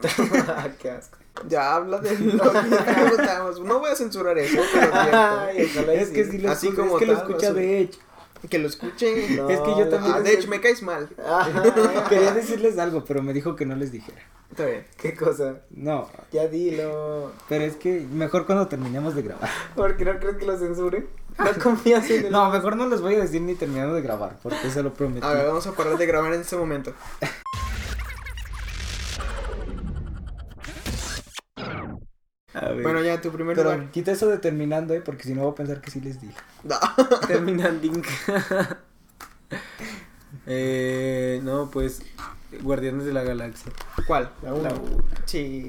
[SPEAKER 4] Qué asco.
[SPEAKER 1] Ya habla de lo que preguntamos. No voy a censurar eso, pero cierto.
[SPEAKER 4] Ay, ojalá y
[SPEAKER 2] Es que si lo
[SPEAKER 1] Así
[SPEAKER 2] escucha,
[SPEAKER 1] como
[SPEAKER 2] es que lo
[SPEAKER 1] tal,
[SPEAKER 2] escucha
[SPEAKER 1] no sé.
[SPEAKER 2] de hecho.
[SPEAKER 1] Que lo escuche.
[SPEAKER 4] No,
[SPEAKER 2] es que yo
[SPEAKER 4] la-
[SPEAKER 2] también- Ah.
[SPEAKER 1] Ah, de hecho, me caes mal.
[SPEAKER 4] Ajá,
[SPEAKER 2] Quería decirles algo, pero me dijo que no les dijera.
[SPEAKER 1] Está bien.
[SPEAKER 4] ¿Qué cosa?
[SPEAKER 2] No,
[SPEAKER 4] Ya dilo.
[SPEAKER 2] pero es que mejor cuando terminemos de grabar.
[SPEAKER 4] Porque no crees que lo censure. No confías en él.
[SPEAKER 2] No, mejor no les voy a decir ni terminando de grabar, porque se lo prometí.
[SPEAKER 1] A ver, vamos a parar de grabar en este momento.
[SPEAKER 3] A ver.
[SPEAKER 1] Bueno, ya, tu primer
[SPEAKER 2] Pero
[SPEAKER 1] lugar.
[SPEAKER 2] quita eso de terminando, ¿eh? porque si no voy a pensar que sí les dije.
[SPEAKER 1] No.
[SPEAKER 3] Terminanding. eh, no, pues. Guardianes de la Galaxia.
[SPEAKER 1] ¿Cuál?
[SPEAKER 4] La uno.
[SPEAKER 1] Sí.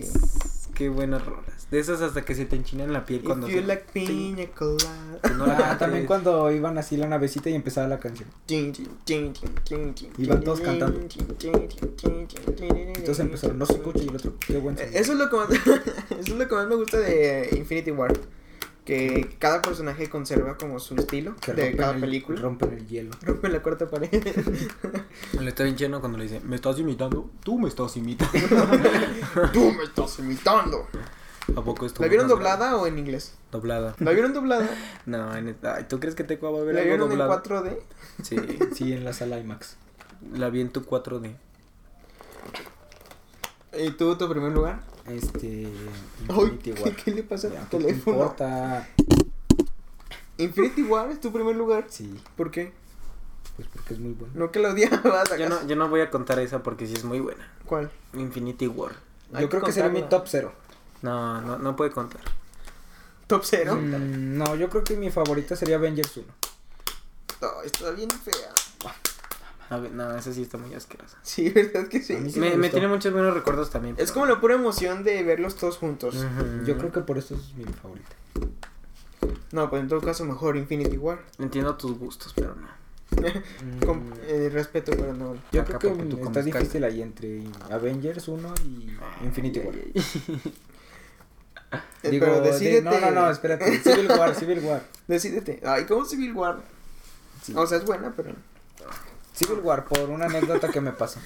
[SPEAKER 3] Qué buenas rolas. De esas hasta que se te enchinan la piel cuando.
[SPEAKER 1] If you
[SPEAKER 3] se-
[SPEAKER 1] like piña colada.
[SPEAKER 3] que no la
[SPEAKER 2] Ah,
[SPEAKER 3] cantes.
[SPEAKER 2] también cuando iban así la navecita y empezaba la canción.
[SPEAKER 1] Tin, tin, tin, tin, tin, tin,
[SPEAKER 2] Iban todos
[SPEAKER 1] tin,
[SPEAKER 2] cantando.
[SPEAKER 1] tin, tin, tin, tin, tin, tin,
[SPEAKER 2] Entonces empezaron, no se escucha y el otro, qué buen
[SPEAKER 1] Eh,
[SPEAKER 2] sonido.
[SPEAKER 1] Eso es lo que más, eso es lo que más me gusta de Infinity War. Que cada personaje conserva como su estilo
[SPEAKER 2] Que
[SPEAKER 1] de
[SPEAKER 2] rompen
[SPEAKER 1] cada
[SPEAKER 2] el-
[SPEAKER 1] película.
[SPEAKER 2] Rompen el hielo.
[SPEAKER 1] Rompe la cuarta pared.
[SPEAKER 3] Le está bien lleno cuando le dice, ¿me estás imitando? Tú me estás imitando.
[SPEAKER 1] Tú me estás imitando.
[SPEAKER 3] ¿A poco esto?
[SPEAKER 1] ¿La vieron doblada o en inglés?
[SPEAKER 3] Doblada.
[SPEAKER 1] ¿La vieron doblada?
[SPEAKER 3] No, en ay, ¿tú crees que te va a ver
[SPEAKER 1] ¿La
[SPEAKER 3] algo
[SPEAKER 1] vieron en
[SPEAKER 3] doblado?
[SPEAKER 1] 4D?
[SPEAKER 3] Sí,
[SPEAKER 2] Sí, en la sala IMAX.
[SPEAKER 3] la vi en tu 4D.
[SPEAKER 1] ¿Y tú, tu primer lugar?
[SPEAKER 2] Este.
[SPEAKER 1] Ay,
[SPEAKER 2] Infinity
[SPEAKER 1] ¿qué,
[SPEAKER 2] War.
[SPEAKER 1] qué le pasa a
[SPEAKER 2] Ya,
[SPEAKER 1] tu
[SPEAKER 2] ¿qué te
[SPEAKER 1] teléfono?
[SPEAKER 2] importa?
[SPEAKER 1] Infinity War es tu primer lugar.
[SPEAKER 2] Sí,
[SPEAKER 1] ¿Por qué?
[SPEAKER 2] pues porque es muy bueno.
[SPEAKER 1] No que la odiabas.
[SPEAKER 3] Yo no,
[SPEAKER 1] ¿acaso?
[SPEAKER 3] yo no voy a contar esa porque sí es muy buena.
[SPEAKER 1] ¿Cuál?
[SPEAKER 3] Infinity War. Hay
[SPEAKER 2] Yo creo que sería mi
[SPEAKER 3] contarlo.
[SPEAKER 2] top 0.
[SPEAKER 3] No, no, no puede contar.
[SPEAKER 1] Top 0.
[SPEAKER 2] Mm. no, yo creo que mi favorita sería Avengers 1.
[SPEAKER 1] No, está bien fea.
[SPEAKER 3] A ver, no, esa sí está muy asquerosa.
[SPEAKER 1] Sí, verdad que sí.
[SPEAKER 2] A mí sí
[SPEAKER 3] me,
[SPEAKER 2] me
[SPEAKER 3] me
[SPEAKER 2] gustó.
[SPEAKER 3] tiene muchos buenos recuerdos también.
[SPEAKER 1] Es pues, como la pura emoción de verlos todos juntos.
[SPEAKER 2] Yo creo que por eso es mi favorita.
[SPEAKER 1] No, pues en todo caso mejor Infinity War.
[SPEAKER 3] Entiendo tus gustos, pero no.
[SPEAKER 1] Con eh, respeto, pero no.
[SPEAKER 2] Mm, Yo
[SPEAKER 3] Acá
[SPEAKER 2] creo que
[SPEAKER 3] porque tú
[SPEAKER 2] está
[SPEAKER 3] comes
[SPEAKER 2] difícil ahí entre Avengers 1 y Infinity War.
[SPEAKER 1] Eh,
[SPEAKER 2] Digo,
[SPEAKER 1] pero
[SPEAKER 2] de-
[SPEAKER 1] decídete.
[SPEAKER 2] no, no, no, espérate. Civil War, Civil War.
[SPEAKER 1] Decídete. Ay, ¿cómo Civil War?
[SPEAKER 2] Sí.
[SPEAKER 1] O sea, es buena, pero.
[SPEAKER 2] Civil War, por una anécdota que me pasó.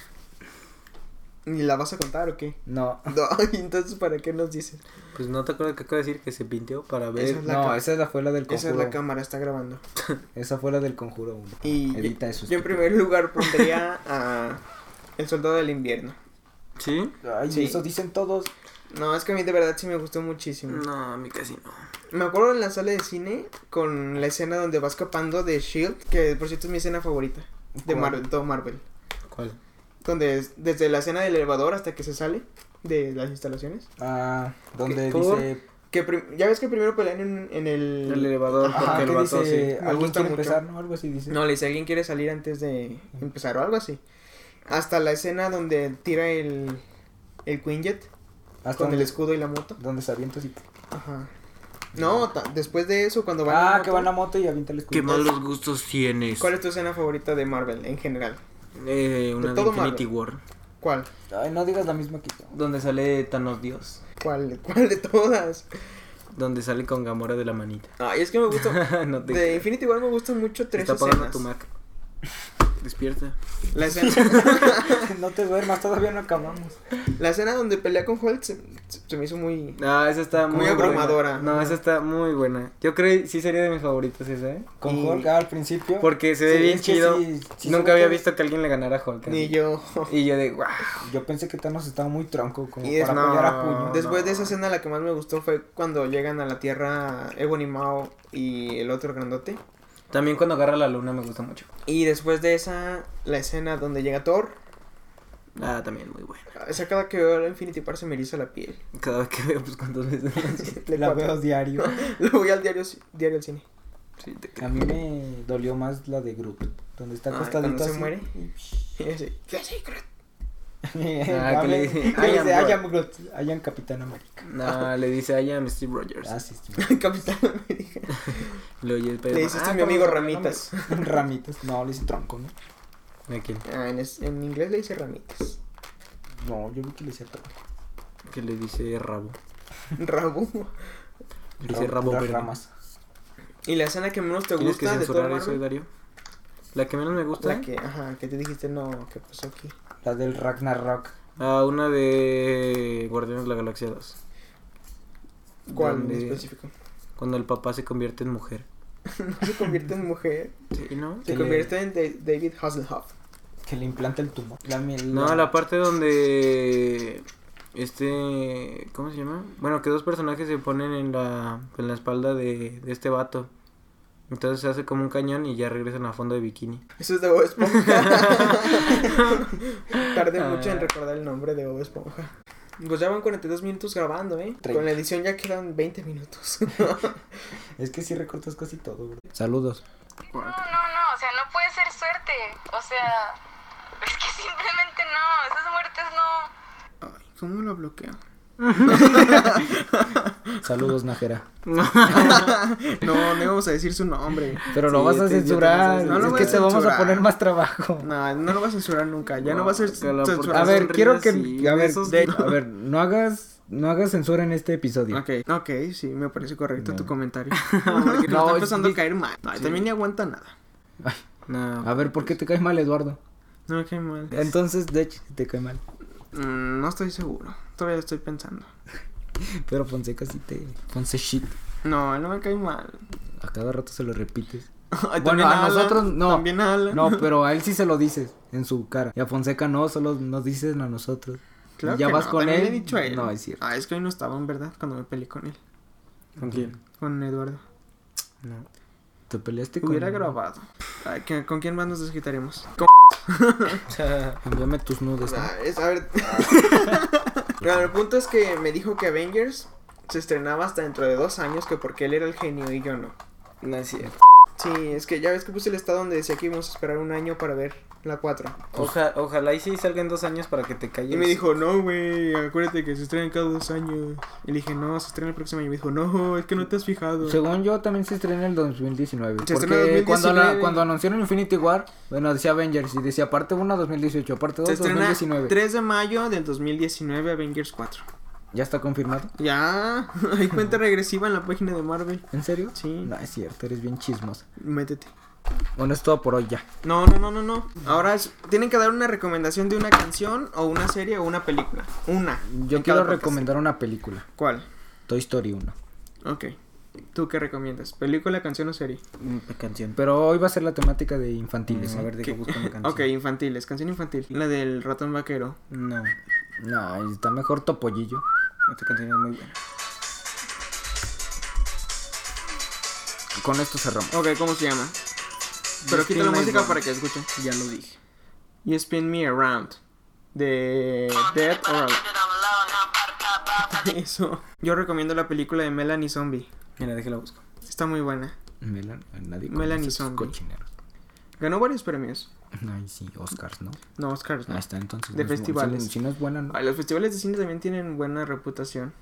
[SPEAKER 1] ¿Ni la vas a contar o qué?
[SPEAKER 2] No,
[SPEAKER 1] No, entonces, ¿para qué nos dices?
[SPEAKER 3] Pues no te acuerdas que acabo de decir que se pinteó para ver.
[SPEAKER 1] Esa es la
[SPEAKER 2] no,
[SPEAKER 1] ca-
[SPEAKER 2] esa es la- fue la del
[SPEAKER 1] Esa
[SPEAKER 2] conjuro.
[SPEAKER 1] es la cámara, está grabando.
[SPEAKER 2] Esa fue la del conjuro 1.
[SPEAKER 1] Y yo-
[SPEAKER 2] Edita eso.
[SPEAKER 1] yo, en primer lugar pondría a El Soldado del Invierno.
[SPEAKER 3] ¿Sí?
[SPEAKER 2] Ay,
[SPEAKER 1] Sí.
[SPEAKER 2] eso dicen todos.
[SPEAKER 1] No, es que a mí de verdad sí me gustó muchísimo.
[SPEAKER 3] No, a mí casi no.
[SPEAKER 1] Me acuerdo en la sala de cine con la escena donde va escapando de Shield, E que por cierto es mi escena favorita de
[SPEAKER 2] ¿Cuál?
[SPEAKER 1] Marvel, todo Marvel.
[SPEAKER 3] ¿Cuál?
[SPEAKER 1] Donde es- desde la escena del elevador hasta que se sale de las instalaciones.
[SPEAKER 2] Ah, donde
[SPEAKER 3] ¿Qué? ¿Por?
[SPEAKER 2] dice.
[SPEAKER 1] Que prim- ya ves que primero pelean en, en el...
[SPEAKER 3] El elevador,
[SPEAKER 2] Ajá,
[SPEAKER 3] porque el
[SPEAKER 2] que
[SPEAKER 3] vato
[SPEAKER 2] dice.
[SPEAKER 1] Me
[SPEAKER 2] Alguien
[SPEAKER 1] gusta
[SPEAKER 2] quiere
[SPEAKER 1] mucho.
[SPEAKER 2] empezar, ¿no? Algo así dice.
[SPEAKER 1] No, le dice alguien quiere salir antes de empezar o algo así. Hasta la escena donde tira el, el Quinjet
[SPEAKER 2] Hasta
[SPEAKER 1] con el
[SPEAKER 2] donde,
[SPEAKER 1] escudo y la moto.
[SPEAKER 2] donde se avienta así.
[SPEAKER 1] Ajá. No, ta- después de eso, cuando van. en
[SPEAKER 2] Ah,
[SPEAKER 1] la
[SPEAKER 2] que
[SPEAKER 1] moto-
[SPEAKER 2] va en la moto y avienta el escudo.
[SPEAKER 3] ¿Qué malos gustos tienes?
[SPEAKER 1] ¿Cuál es tu escena favorita de Marvel en general?
[SPEAKER 3] Eh,
[SPEAKER 1] De
[SPEAKER 3] una de
[SPEAKER 1] todo
[SPEAKER 3] Infinity War.
[SPEAKER 1] ¿Cuál?
[SPEAKER 2] Ay, no digas la misma que yo.
[SPEAKER 3] Donde sale Thanos Dios.
[SPEAKER 1] ¿Cuál, cuál de todas?
[SPEAKER 3] Donde sale con Gamora de la manita.
[SPEAKER 1] Ay, es que me gusta.
[SPEAKER 3] no te
[SPEAKER 1] De Infinity War me gustan mucho
[SPEAKER 3] Te
[SPEAKER 1] tres
[SPEAKER 3] está apagando
[SPEAKER 1] escenas.
[SPEAKER 3] tu Mac. Despierta.
[SPEAKER 1] La escena,
[SPEAKER 2] no te duermas, todavía no acabamos.
[SPEAKER 1] la escena donde pelea con Hulk se, se me hizo muy.
[SPEAKER 3] Ah, esa está
[SPEAKER 1] Muy
[SPEAKER 3] muy, buena.
[SPEAKER 1] abrumadora.
[SPEAKER 3] No, esa está muy buena. Yo creo que sí sería de mis favoritas esa, ¿eh?
[SPEAKER 2] Con
[SPEAKER 1] Y-
[SPEAKER 2] Hulk ah, al principio.
[SPEAKER 3] Porque se ve
[SPEAKER 2] Sí,
[SPEAKER 3] bien
[SPEAKER 2] es que
[SPEAKER 3] chido.
[SPEAKER 2] sí, sí se
[SPEAKER 3] Nunca
[SPEAKER 2] ve
[SPEAKER 3] había
[SPEAKER 2] que-
[SPEAKER 3] visto que alguien le ganara a Hulk.
[SPEAKER 1] Ni
[SPEAKER 3] así.
[SPEAKER 1] yo.
[SPEAKER 3] Y yo de wow.
[SPEAKER 2] Yo pensé que Thanos estaba muy tronco como
[SPEAKER 1] Y es-
[SPEAKER 2] para
[SPEAKER 3] no.
[SPEAKER 2] apoyar a puño.
[SPEAKER 1] Después
[SPEAKER 3] no.
[SPEAKER 1] de esa escena, la que más me gustó fue cuando llegan a la Tierra Ebony Mao y el otro grandote.
[SPEAKER 3] También cuando agarra la luna me gusta mucho.
[SPEAKER 1] Y después de esa, la escena donde llega Thor.
[SPEAKER 3] Ah, también muy buena.
[SPEAKER 1] Esa cada que veo a Infinity War se me eriza la piel.
[SPEAKER 3] Cada vez que veo, pues cuántas veces.
[SPEAKER 1] De
[SPEAKER 2] La
[SPEAKER 1] cuatro.
[SPEAKER 2] veo diario.
[SPEAKER 1] Lo voy al diario, ci- diario al cine.
[SPEAKER 3] sí, te
[SPEAKER 2] A
[SPEAKER 3] creo.
[SPEAKER 2] mí me dolió más la de Groot. Donde está
[SPEAKER 1] Ah,
[SPEAKER 2] acostadito
[SPEAKER 1] cuando se
[SPEAKER 2] así.
[SPEAKER 1] muere.
[SPEAKER 2] Y-
[SPEAKER 1] Y así, "Yo soy Groot".
[SPEAKER 3] Ah, que le dice,
[SPEAKER 2] Que
[SPEAKER 3] "I
[SPEAKER 2] le
[SPEAKER 3] am
[SPEAKER 2] dice,
[SPEAKER 3] Groot".
[SPEAKER 2] I am Groot. I am Capitán América.
[SPEAKER 3] No, le dice a ella a Steve Rogers.
[SPEAKER 2] Ah, sí, sí.
[SPEAKER 1] Capitán América.
[SPEAKER 3] Le oye el pedo.
[SPEAKER 1] Le dices
[SPEAKER 3] Ah,
[SPEAKER 1] a mi
[SPEAKER 3] ¿cómo
[SPEAKER 1] amigo
[SPEAKER 3] se llama?
[SPEAKER 1] Ramitas.
[SPEAKER 2] Ramitas. No, le dice tronco, ¿no?
[SPEAKER 3] ¿A quién?
[SPEAKER 1] Ah, en, es- en inglés le dice Ramitas.
[SPEAKER 2] No, yo vi que le decía tronco.
[SPEAKER 3] Que le dice rabo.
[SPEAKER 1] Rabu.
[SPEAKER 3] Le dice
[SPEAKER 2] Ra-
[SPEAKER 3] rabo
[SPEAKER 2] puras
[SPEAKER 3] verde.
[SPEAKER 2] ramas.
[SPEAKER 1] ¿Y la escena que menos te
[SPEAKER 3] ¿Tienes que
[SPEAKER 1] gusta de todo
[SPEAKER 3] censurar eso,
[SPEAKER 1] Marvel?
[SPEAKER 3] Darío? La que menos me gusta. ¿eh?
[SPEAKER 1] La que, ajá, que te dijiste, no, ¿qué pasó aquí?
[SPEAKER 2] La del Ragnarok.
[SPEAKER 3] Ah, una de Guardianes de la Galaxia 2.
[SPEAKER 1] ¿Cuál
[SPEAKER 3] Donde-
[SPEAKER 1] en específico?
[SPEAKER 3] Cuando el papá se convierte en mujer.
[SPEAKER 1] No se convierte en mujer,
[SPEAKER 3] Sí, ¿no?
[SPEAKER 1] se
[SPEAKER 2] Que le-
[SPEAKER 1] convierte en Da- David Hasselhoff.
[SPEAKER 2] Que le implanta el tumor. La, miel-
[SPEAKER 3] No, la parte donde este, ¿cómo se llama? Bueno, que dos personajes se ponen en la, en la espalda de, de este vato. Entonces se hace como un cañón y ya regresan a fondo de bikini.
[SPEAKER 1] Eso es de Bob Esponja. Tardé
[SPEAKER 3] Ah.
[SPEAKER 1] mucho en recordar el nombre de Bob Esponja. Pues ya van 42 minutos grabando, ¿eh?
[SPEAKER 2] Treinta.
[SPEAKER 1] Con la edición ya quedan 20 minutos.
[SPEAKER 2] Es que sí recortas casi todo, bro. Saludos.
[SPEAKER 5] No, no, no, o sea, no puede ser suerte. O sea, es que simplemente no, esas muertes no.
[SPEAKER 1] Ay, ¿cómo lo bloqueo?
[SPEAKER 2] Saludos, Najera.
[SPEAKER 1] No, no íbamos a decir su nombre.
[SPEAKER 2] Pero lo
[SPEAKER 3] Sí,
[SPEAKER 2] vas a
[SPEAKER 3] este, yo
[SPEAKER 2] censurar.
[SPEAKER 3] también- No lo
[SPEAKER 2] es
[SPEAKER 3] voy
[SPEAKER 2] que
[SPEAKER 3] a
[SPEAKER 2] te vamos a
[SPEAKER 1] censurar.
[SPEAKER 2] poner más trabajo.
[SPEAKER 1] No, no lo va a censurar nunca. Ya no va a ser
[SPEAKER 3] Guácala, ¿por qué
[SPEAKER 1] censurado.
[SPEAKER 2] A ver,
[SPEAKER 3] Sonríe
[SPEAKER 2] quiero que
[SPEAKER 3] así,
[SPEAKER 2] a ver,
[SPEAKER 3] esos-
[SPEAKER 2] de- a ver, no hagas no hagas censura en este episodio.
[SPEAKER 1] Ok, ok, sí, me parece correcto
[SPEAKER 2] No.
[SPEAKER 1] tu comentario. No, porque
[SPEAKER 2] No,
[SPEAKER 1] no, está
[SPEAKER 2] es
[SPEAKER 1] empezando a
[SPEAKER 2] di-
[SPEAKER 1] caer mal. No, También ni aguanta nada.
[SPEAKER 3] No.
[SPEAKER 2] A ver, ¿por
[SPEAKER 1] pues.
[SPEAKER 2] qué te cae mal Eduardo?
[SPEAKER 1] No me cae mal.
[SPEAKER 2] Entonces, de hecho, te cae mal.
[SPEAKER 1] Eh, Mm, no estoy seguro. Todavía estoy pensando.
[SPEAKER 2] Pero Fonseca sí te Fonse shit.
[SPEAKER 1] No, no me cae mal.
[SPEAKER 2] A cada rato se lo repites.
[SPEAKER 1] Ay,
[SPEAKER 2] Bueno,
[SPEAKER 1] también
[SPEAKER 2] a
[SPEAKER 1] Alan,
[SPEAKER 2] nosotros no.
[SPEAKER 1] También a Alan.
[SPEAKER 2] No, pues, pero a él sí se lo dices en su cara. Y a Fonseca no, solo nos dices a nosotros.
[SPEAKER 1] Claro
[SPEAKER 2] Y ya
[SPEAKER 1] que
[SPEAKER 2] vas
[SPEAKER 1] no,
[SPEAKER 2] con
[SPEAKER 1] también
[SPEAKER 2] él.
[SPEAKER 1] le he dicho a él.
[SPEAKER 2] No, es cierto.
[SPEAKER 1] Ah, es que hoy no estaba, en verdad, cuando me peleé con él.
[SPEAKER 3] ¿Con quién?
[SPEAKER 1] Con Eduardo.
[SPEAKER 3] No.
[SPEAKER 2] Te peleaste con
[SPEAKER 1] Hubiera grabado. Ay, ¿qué- ¿Con quién más nos desquitaremos? Con-
[SPEAKER 2] Envíame tus nudes. ¿no?
[SPEAKER 1] Ah, es- a ver. Bueno, el punto es que me dijo que Avengers se estrenaba hasta dentro de dos años, que porque él era el genio y yo no.
[SPEAKER 3] No es cierto.
[SPEAKER 1] Sí, es que ya ves que puse el estado donde decía que íbamos a esperar un año para ver la 4.
[SPEAKER 3] Oja- ojalá y sí salga en dos años para que te calles.
[SPEAKER 1] Y me dijo, no, güey, acuérdate que se estrena cada dos años. Y le dije, no, se estrena el próximo año. Y me dijo, no, es que no te has fijado.
[SPEAKER 2] Según yo, también se estrena el 2019.
[SPEAKER 1] Se
[SPEAKER 2] porque
[SPEAKER 1] estrena el
[SPEAKER 2] Cuando, la-
[SPEAKER 1] 2019.
[SPEAKER 2] cuando anunciaron Infinity War, bueno, decía Avengers y decía parte 1 2018, parte 2
[SPEAKER 1] se estrena
[SPEAKER 2] 2019.
[SPEAKER 1] 3 de mayo del 2019 Avengers 4.
[SPEAKER 2] ¿Ya está confirmado?
[SPEAKER 1] Ya, hay cuenta regresiva en la página de Marvel.
[SPEAKER 2] ¿En serio?
[SPEAKER 1] Sí.
[SPEAKER 2] No, es cierto, eres bien chismosa.
[SPEAKER 1] Métete.
[SPEAKER 2] Bueno, es todo por hoy ya.
[SPEAKER 1] No, no, no, no, no. Ahora es- tienen que dar una recomendación de una canción o una serie o una película. Una.
[SPEAKER 2] Yo
[SPEAKER 1] en cada
[SPEAKER 2] quiero
[SPEAKER 1] podcast.
[SPEAKER 2] recomendar una película,
[SPEAKER 1] ¿Cuál?
[SPEAKER 2] Toy Story 1.
[SPEAKER 1] Ok. ¿Tú qué recomiendas? ¿Película, canción o serie?
[SPEAKER 3] Mm, Canción.
[SPEAKER 2] Pero hoy va a ser la temática de infantiles.
[SPEAKER 3] Mm, A
[SPEAKER 2] ¿eh?
[SPEAKER 3] ver, deja buscar una canción.
[SPEAKER 1] Ok, infantiles. Canción infantil. La del ratón vaquero.
[SPEAKER 3] No,
[SPEAKER 2] No, está mejor Topollillo.
[SPEAKER 3] esta canción es muy buena.
[SPEAKER 2] Con esto cerramos.
[SPEAKER 1] Ok, ¿cómo se llama? Pero
[SPEAKER 3] You
[SPEAKER 1] quita
[SPEAKER 3] Spin
[SPEAKER 1] la
[SPEAKER 3] Me
[SPEAKER 1] música
[SPEAKER 3] Around.
[SPEAKER 1] para que escuchen.
[SPEAKER 3] Ya lo dije.
[SPEAKER 1] You Spin Me Around. De Dead or Alive. Eso. Yo recomiendo la película de Melanie Zombie.
[SPEAKER 3] Mira, déjala busco.
[SPEAKER 1] Está muy buena.
[SPEAKER 2] Melan, nadie
[SPEAKER 1] Melanie
[SPEAKER 2] conoce sus
[SPEAKER 1] Zombie.
[SPEAKER 2] cochineros.
[SPEAKER 1] Ganó varios premios.
[SPEAKER 2] Ay, sí, Oscars, ¿no?
[SPEAKER 1] No, Oscars. no.
[SPEAKER 2] Ahí está, entonces.
[SPEAKER 1] De
[SPEAKER 2] no es bu-
[SPEAKER 1] festivales.
[SPEAKER 2] Si, si no es buena, no.
[SPEAKER 1] Ay, los festivales de cine también tienen buena reputación.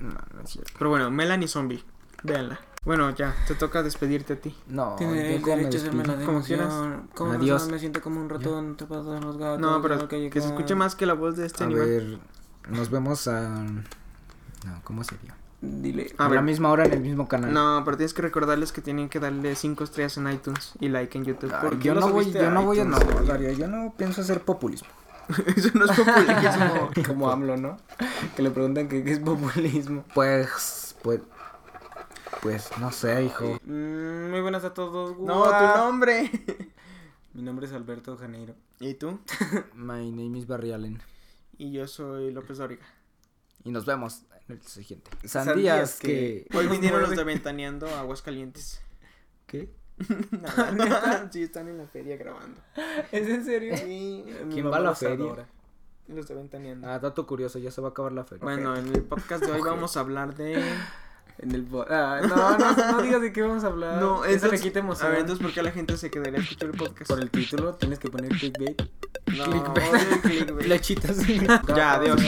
[SPEAKER 2] No, no es cierto.
[SPEAKER 1] Pero bueno, Melanie Zombie. Véanla. Bueno, ya, te toca despedirte a ti.
[SPEAKER 2] No,
[SPEAKER 3] Tiene el
[SPEAKER 2] yo me
[SPEAKER 3] derecho a hacerme
[SPEAKER 2] despido.
[SPEAKER 3] la
[SPEAKER 1] Como quieras.
[SPEAKER 3] denuncia. Como
[SPEAKER 2] Adiós.
[SPEAKER 3] razón me siento como un ratón atrapado en los gatos.
[SPEAKER 1] No, pero
[SPEAKER 3] tengo
[SPEAKER 1] que, se
[SPEAKER 3] llegar.
[SPEAKER 1] escuche más que la voz de este
[SPEAKER 2] A
[SPEAKER 1] animal.
[SPEAKER 2] ver, nos vemos a... No, ¿cómo sería?
[SPEAKER 3] Dile.
[SPEAKER 1] A
[SPEAKER 2] A,
[SPEAKER 1] ver.
[SPEAKER 2] la misma hora en el mismo canal.
[SPEAKER 1] No, pero tienes que recordarles que tienen que darle 5 estrellas en iTunes y like en YouTube.
[SPEAKER 2] Ay,
[SPEAKER 1] porque
[SPEAKER 2] Ah, yo,
[SPEAKER 1] lo
[SPEAKER 2] no voy,
[SPEAKER 1] subiste
[SPEAKER 2] yo no voy a... No,
[SPEAKER 1] iTunes.
[SPEAKER 2] Darío, yo no pienso hacer populismo.
[SPEAKER 1] Eso no es populismo.
[SPEAKER 3] Como AMLO, ¿no? Que le preguntan que qué es populismo.
[SPEAKER 2] Pues, pues... Pues, no sé, hijo.
[SPEAKER 3] Mm, muy buenas a todos.
[SPEAKER 1] no, tu nombre.
[SPEAKER 3] Mi nombre es Alberto Janeiro.
[SPEAKER 1] ¿Y tú?
[SPEAKER 2] My name is Barry Allen.
[SPEAKER 1] Y yo soy López Dóriga.
[SPEAKER 2] Y nos vemos en el siguiente. Sandías,
[SPEAKER 3] Sandías
[SPEAKER 2] que...
[SPEAKER 1] Hoy vinieron los de Ventaneando a Aguascalientes.
[SPEAKER 2] ¿Qué?
[SPEAKER 1] Nada. sí, están en la feria grabando.
[SPEAKER 3] ¿Es en serio?
[SPEAKER 1] Sí,
[SPEAKER 2] ¿Quién va a la feria?
[SPEAKER 1] los de Ventaneando.
[SPEAKER 2] Ah, dato curioso, ya se va a acabar la feria.
[SPEAKER 1] bueno, en el podcast de hoy vamos a hablar de...
[SPEAKER 3] En el po- ah, no, no, no digas de qué vamos a hablar. eso le
[SPEAKER 1] entonces-
[SPEAKER 3] quita emoción.
[SPEAKER 1] A ver, entonces, ¿por qué la gente se quedaría a escuchar el podcast?
[SPEAKER 3] Por el título tienes que poner clickbait.
[SPEAKER 1] No, odio el clickbait.
[SPEAKER 2] Flechitas.
[SPEAKER 1] Ya, adiós.